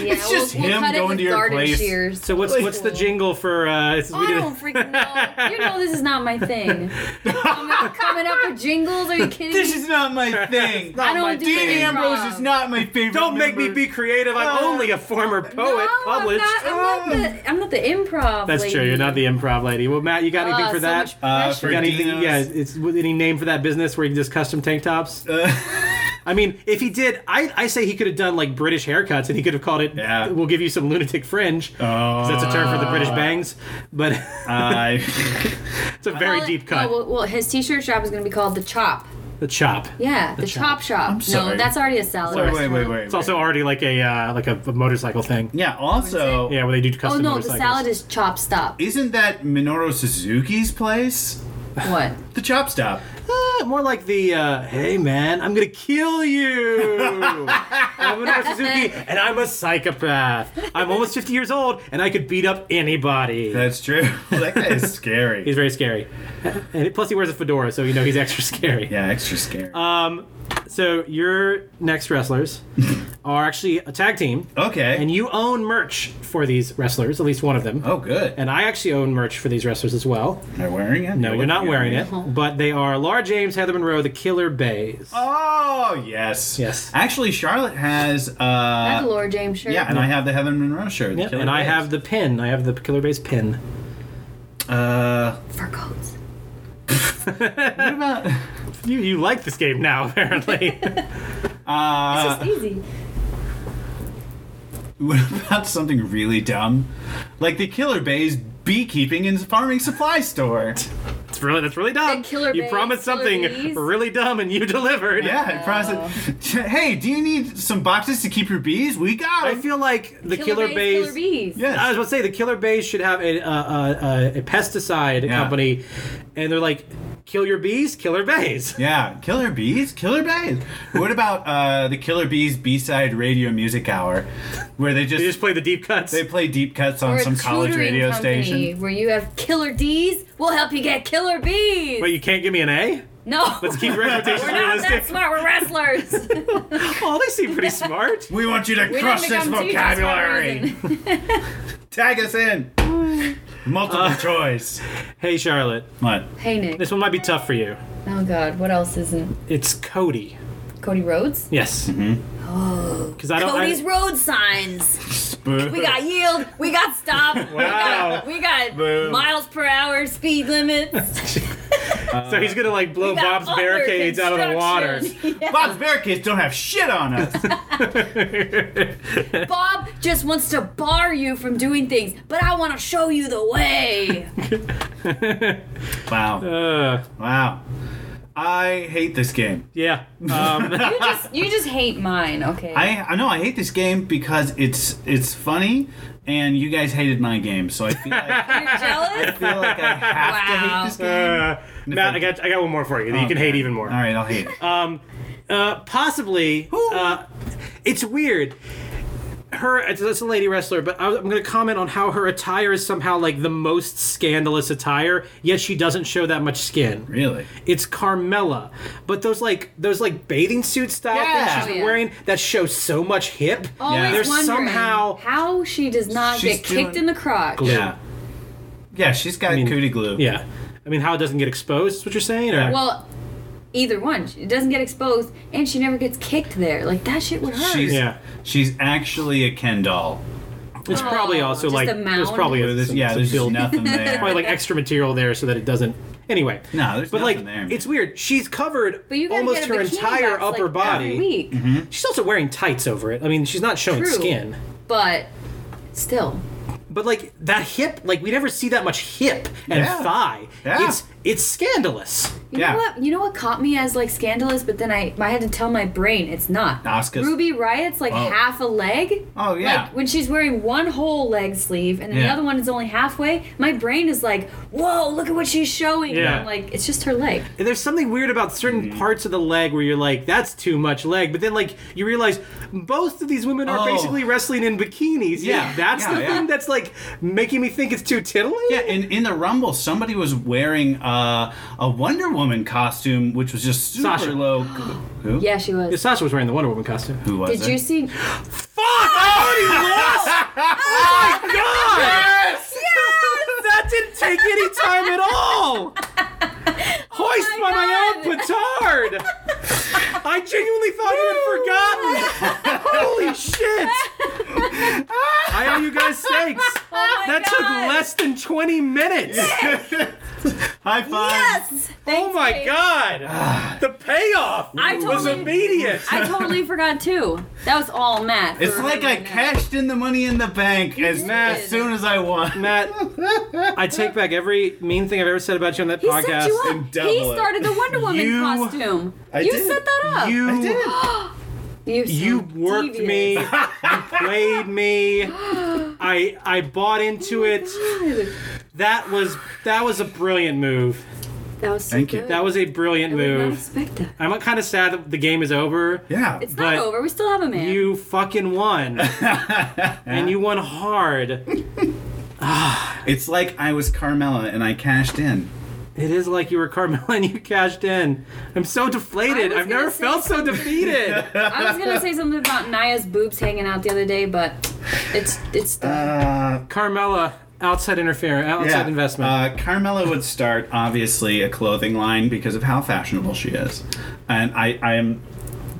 Yeah, It's just him going to your place. shears. So what's what's the jingle for? Uh, it's- we I did- don't freaking know. You know this is not my [laughs] thing. Coming, coming up with jingles? Are you kidding This me? is not [laughs] my thing. my I don't do thing. Dean anything Ambrose wrong. is not my favorite. Don't make me member. be creative. I'm Uh, only a former poet, Oh. No, published. Ah. I'm not, I'm, not the, I'm not the improv. That's true. lady. You're not the improv lady. Well, Matt, you got anything Ah, for so that? much Uh, pressure. you got anything? Dino's. Yeah, it's with any name for that business where you can just custom tank tops. Uh. [laughs] I mean, if he did, I, I say he could have done like British haircuts, and he could have called it. Yeah. We'll give you some lunatic fringe. 'cause that's a term for the British Oh. bangs, but [laughs] Uh, it's a very Well, deep cut. no, Uh, well, well, his t-shirt shop is going to be called the Chop. the chop. Yeah, the, Chop. Chop Shop. No, sorry. that's already a salad. wait, wait, restaurant. wait, wait. It's also already like a uh, like a, a motorcycle thing. yeah. Also, Yeah, where they do Oh custom no, the motorcycles. salad is Chop Stop. isn't that Minoru Suzuki's place? What? The chop stop. Uh, more like the uh, hey man, I'm gonna kill you. I'm Minoru Suzuki, and I'm a psychopath. I'm almost 50 years old, and I could beat up anybody. That's true. [laughs] that guy is scary. he's very scary, and plus he wears a fedora, so you know he's extra scary. yeah, extra scary. Um, so your next wrestlers are actually a tag team, okay. and you own merch for these wrestlers, at least one of them. oh, good. And I actually own merch for these wrestlers as well. Am I wearing it? No, you're not wearing it, but they are Laura James, Heather Monroe, the Killer Bays. Oh, yes. Yes. Actually, Charlotte has. Uh, I have a Laura James shirt. yeah, and I have the Heather Monroe shirt. the Yep, Killer and I Bays. have the pin. I have the Killer Bays pin. Uh, Fur coats. what about. You you like this game now [laughs] [laughs] apparently. Uh, [laughs] It's just easy. what about something really dumb? Like the Killer Bay's beekeeping and farming supply store. [laughs] it's really that's really dumb. The Killer you Bays, promised Killer something Bees. really dumb and you [laughs] delivered. Yeah, it process. Hey, do you need some boxes to keep your bees? We got I 'em. feel like the Killer, Killer, Bays. Killer bees. Yes. I was about to say the Killer Bays should have a uh, uh, uh, a pesticide Yeah. company, and they're like, kill your bees, Killer Bays. Yeah, Killer Bees, Killer Bees. What about uh, the Killer Bees B-side radio music hour, where they just They they, just play the deep cuts. play deep cuts on Or a some college tutoring radio company station? where you have killer D's. We'll help you get killer B's. but you can't give me an A. no, Let's keep your we're expectations not that realistic. smart. We're wrestlers. [laughs] Oh, they seem [laughs] pretty smart. We want you to We crush didn't this become teachers for a vocabulary. reason. Tag us in. Multiple Uh. choice. Hey, Charlotte, What? hey Nick. this one might be tough for you. Oh God, what else isn't It's Cody. Cody Rhodes? Yes. Mm-hmm. Because I don't. Oh. Cody's I, road signs. Boo. We got yield. We got stop. We Wow. got, we got Boom. miles per hour speed limits. so he's gonna like blow We got Bob's under barricades out of the water. construction. Bob's Bear Kids don't have shit on us. [laughs] Bob just wants to bar you from doing things, but I want to show you the way. wow. Uh, Wow. I hate this game. [laughs] yeah. Um, you just you just hate mine, okay? I I know I hate this game because it's it's funny, and you guys hated my game, so I [laughs] feel like. You're jealous? feel like I have to hate this game. uh, Matt, I got I got one more for you that you can hate even more. All right, I'll hate it. Um, Uh, possibly. Uh, it's weird. Her, it's, it's a lady wrestler, but I, I'm going to comment on how her attire is somehow like the most scandalous attire. Yet she doesn't show that much skin. really? It's Carmella, but those like those like bathing suit style Yeah. things she's Oh, yeah. Oh. wearing that show so much hip. Always Yeah. There's wondering somehow- how she does not She's get kicked doing- in the crotch. Yeah. Yeah, she's got cootie glue. Yeah, I mean, how it doesn't get exposed is what you're saying, or Well, either one. She doesn't get exposed, and she never gets kicked there. Like that shit would hurt. She's Yeah. she's actually a Ken doll. it's probably Oh, also just like a there's mound? probably a, There's, some- yeah, some there's build- nothing [laughs] there. probably like extra material there so that it doesn't. Anyway, No, there's but nothing like there. it's weird. She's covered but you gotta almost get a her bikini entire box, like, upper body. Every week. She's also wearing tights over it. I mean, she's not showing True. skin. But still, But like that hip, like we never see that much hip and Yeah. thigh. Yeah. It's it's scandalous. you Yeah. know what? You know what caught me as like scandalous, but then I I had to tell my brain it's not. Oscar's- Ruby Riot's like Oh. half a leg. Oh yeah. Like when she's wearing one whole leg sleeve and then the Yeah. other one is only halfway, my brain is like, "Whoa, look at what she's showing!" And Yeah. I'm like, "It's just her leg." And there's something weird about certain Mm-hmm. parts of the leg where you're like, that's too much leg. But then like you realize both of these women are Oh. basically wrestling in bikinis. Yeah. that's Yeah, the yeah. thing that's like making me think it's too tiddly. yeah, in, in the Rumble, somebody was wearing uh, a Wonder Woman costume, which was just super Sasha. low. [gasps] Who? Yeah, she was. Sasha was wearing the Wonder Woman costume. Who was Did it? you see? Fuck! [laughs] I already lost! oh my god! Yes! That didn't take any time at all! [laughs] Hoist Oh my by my own petard! I genuinely thought you had forgotten! [laughs] Holy shit! I owe you guys thanks! [laughs] that took Oh God. less than 20 minutes! High five. Yes. Oh my god! the payoff I was totally- immediate! [laughs] I totally forgot too. That was all Matt. It's like I cashed in the money in the bank as, did. as soon as I [gasps] won. Matt, I take back every mean thing I've ever said about you on that He podcast. set you and up. double He it. started the Wonder Woman You- costume. I you did. set that up. You I did. You, so you worked devious. me, you played me. I I bought into it. That was that was a brilliant move. That was so Thank you. good. That was a brilliant I did not move. expect that. I'm kind of sad that the game is over. Yeah. It's But not over. We still have a man. You fucking [laughs] won, and you won hard. It's like I was Carmela and I cashed in. It is like you were Carmel and you cashed in. I'm so deflated. I was I've never gonna say felt so defeated. [laughs] I was gonna say something about Naya's boobs hanging out the other day, but it's it's done. Uh, Carmela, outside interference, outside yeah. investment. Uh, Carmela would start obviously a clothing line because of how fashionable she is, and I I am.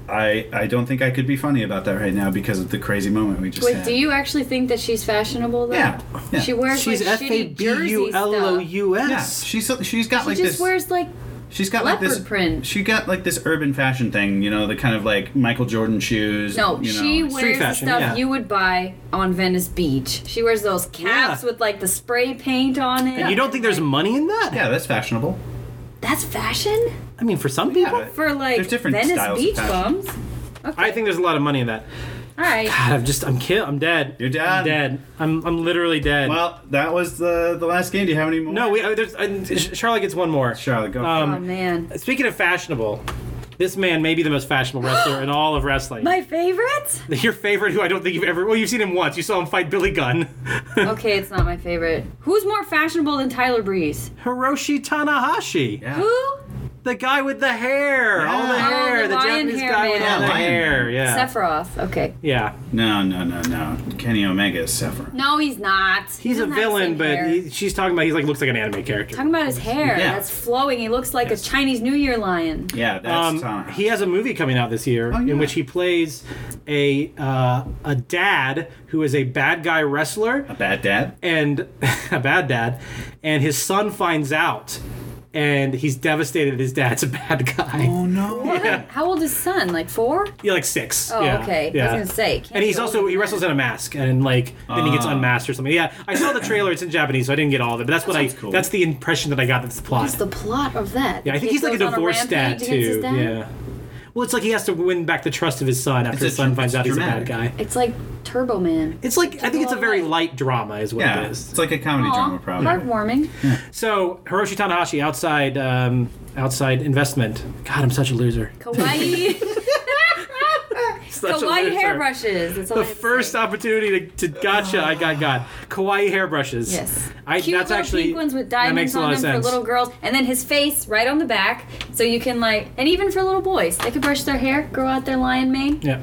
I, I don't think I could be funny about that right now because of the crazy moment we just Wait, had. do you actually think that she's fashionable though? Yeah, yeah. She wears She's like F A shitty B jersey U L O stuff. U Yeah, S. she's she's got She like just this. wears like she's got like leopard this print. She got like this urban fashion thing, you know, the kind of like Michael Jordan shoes. no, you she know. wears the fashion, stuff yeah. you would buy on Venice Beach. She wears those caps Yeah. with like the spray paint on it. And you don't think there's money in that? Yeah, that's fashionable. That's fashion I mean, for some Yeah, people, but for like There's different styles Venice of Beach fashion. bums. I think there's a lot of money in that. All right. God, I'm just, I'm killed. I'm dead. You're I'm done. dead. I'm, I'm literally dead. Well, that was the the last game. Do you have any more? no, we, Um, uh, there's, uh, Sh- Charlotte gets one more. Charlotte, go. oh man, Speaking of fashionable, this man may be the most fashionable wrestler in all of wrestling. my favorite. [laughs] Your favorite, who I don't think you've ever, well, you've seen him once. You saw him fight Billy Gunn. [laughs] Okay, it's not my favorite. Who's more fashionable than Tyler Breeze? [laughs] Hiroshi Tanahashi. yeah. Who? The guy with the hair. All the Yeah. hair. Oh, the the lion Japanese hair guy with man. all the Yeah, lion hair. man. Yeah. Sephiroth. Okay. yeah. No, no, no, no. Kenny Omega is Sephiroth. No, he's not. He He's a doesn't have the villain, same but hair. he, she's talking about, he's like, looks like an anime character. Talking about his hair Yeah. that's flowing, he looks like a Chinese New Year lion. Yeah, that's Um, time. he has a movie coming out this year yeah. in which he plays a uh, a dad who is a bad guy wrestler a bad dad. and [laughs] a bad dad, and his son finds out, and he's devastated. that His dad's a bad guy. Oh no. Yeah. How old is son? Like four? Yeah, like six. Oh, yeah. okay. Yeah. I was gonna say. can't And he's be also older he than wrestles that. in a mask and like then he gets Ah. unmasked or something. Yeah, I saw the trailer. It's in Japanese, so I didn't get all of it. But that's what I. sounds cool. That's the impression that I got. That's the plot. What's the plot of that? yeah, I think he's like a divorced dad too. Yeah. Well, it's like he has to win back the trust of his son after a his son dr- finds it's out he's a bad dramatic. guy. It's like Turbo Man. It's like I think it's a all very the way. light drama, is what Yeah, it is. it's like a comedy drama Aw, problem. heartwarming. [laughs] So Hiroshi Tanahashi outside um, outside investment. God, I'm such a loser. Kawaii. Such a Kawaii loser. hairbrushes. That's all The I have to first say. opportunity to, to gotcha, I got got kawaii hairbrushes. Yes. I, Cute that's little actually pink ones with that diamonds makes a on lot them of sense. for little girls, and then his face right on the back, so you can like, and even for little boys, they could brush their hair, grow out their lion mane. Yeah.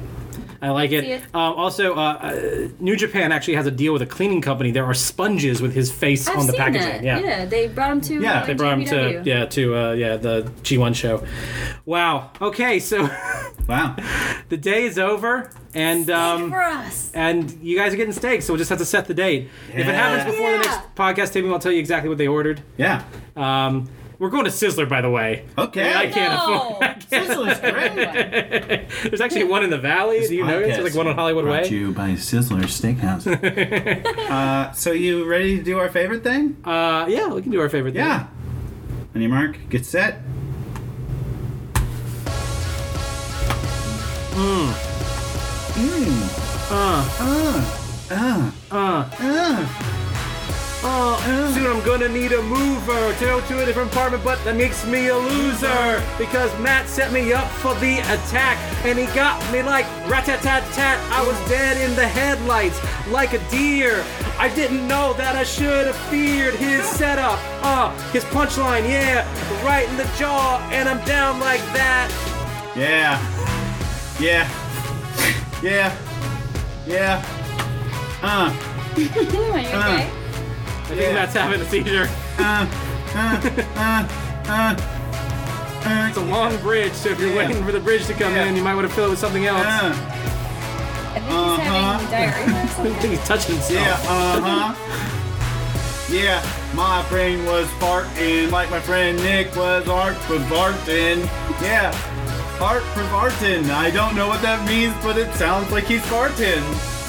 I like it. See it? Um, also, uh, uh, New Japan actually has a deal with a cleaning company. There are sponges with his face I've on the seen packaging. that. they brought him to. Yeah, uh, They brought him to JPW. yeah to uh, yeah the G1 show. Wow. Okay, so [laughs] Wow. the day is over, and um, for us. and you guys are getting steaks, so we'll just have to set the date. If it happens Yeah. before the next Yeah. podcast taping, I'll tell you exactly what they ordered. Yeah. Um, we're going to Sizzler, by the way. [laughs] Okay. I can't No. [laughs] afford. Sizzler's great. There's actually one in the Valley. Do you know? It's like one on Hollywood brought Way. to you by Sizzler Steakhouse. [laughs] uh, so you ready to do our favorite thing? Uh, yeah, we can do our favorite. thing. yeah. On your mark, get set. Mm. Mm. Soon I'm gonna need a mover to go to a different apartment, but that makes me a loser because Matt set me up for the attack and he got me like rat tat tat tat. I was dead in the headlights like a deer. I didn't know that I should have feared his setup. Uh, his punchline, yeah, right in the jaw, and I'm down like that. Yeah. Yeah. Yeah. Yeah. Uh. Are you okay? I think Matt's having a seizure. Uh. It's a long bridge, so if you're Yeah. waiting for the bridge to come Yeah. in, you might want to fill it with something else. Uh. I think he's Uh-huh. having diarrhea or I [laughs] something. think he's touching himself. Yeah. Uh huh. Yeah. My brain was farting like my friend Nick was art for farting. Yeah. Art for farting. I don't know what that means, but it sounds like he's farting.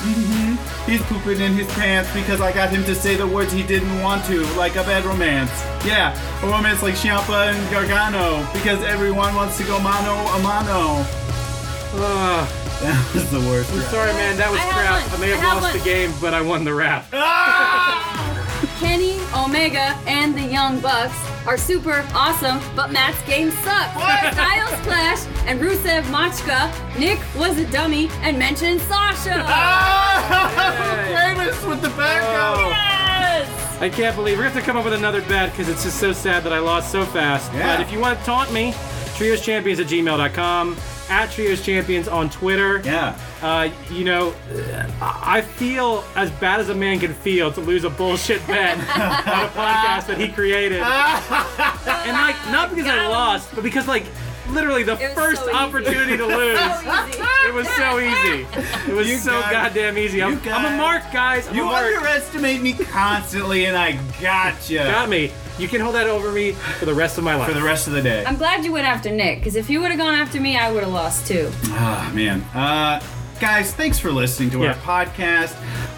hmm He's pooping in his pants because I got him to say the words he didn't want to, like a bad romance. Yeah, a romance like Ciampa and Gargano, because everyone wants to go mano a mano. [laughs] Ugh. That was the worst. rap. [laughs] Sorry, man, that was I have crap. one. I may have I have lost one. the game, but I won the rap. Kenny Omega and the Young Bucks are super awesome, but Matt's game sucks. Styles Clash and Rusev Machka. Nick was a dummy and mentioned Sasha. Ah! Greatest with the backup. Yes! I can't believe we're gonna have to come up with another bet because it's just so sad that I lost so fast. Yeah. But if you want to taunt me, trioschampions at gmail.com, at trioschampions on Twitter. Yeah. Uh, you know, I I feel as bad as a man can feel to lose a bullshit [laughs] bet on a podcast that he created. and like, not because I lost, but because like, literally the It was first so easy. opportunity to lose. [laughs] So easy. It was so easy. It was You so guys- goddamn easy. I'm, you I'm a guys- mark, guys. I'm You a mark. underestimate me constantly, and I gotcha. Got me. You can hold that over me for the rest of my life. For the rest of the day. I'm glad you went after Nick, because if you would have gone after me, I would have lost too. Ah, man. Uh, guys, thanks for listening to Yeah. our podcast.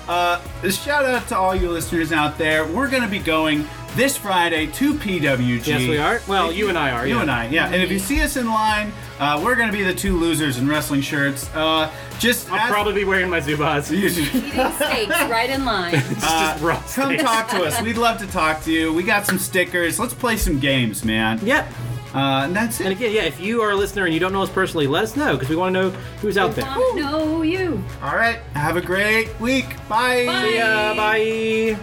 Uh, shout out to all you listeners out there. We're going to be going this Friday to PWG. Yes, we are. Well, If you and I are, You yeah. and I, yeah. And if you see us in line, uh, we're going to be the two losers in wrestling shirts. Uh, just I'll ask- [laughs] probably be wearing my Zubaz. It's Eating steaks right in line. just raw Uh, [laughs] Come steak. talk to us. We'd love to talk to you. We got some stickers. Let's play some games, man. Yeah. Uh, and that's And it. again, yeah, if you are a listener and you don't know us personally, let us know because we want to know who's out there. I know you. All right. Have a great week. Bye. See ya. Bye.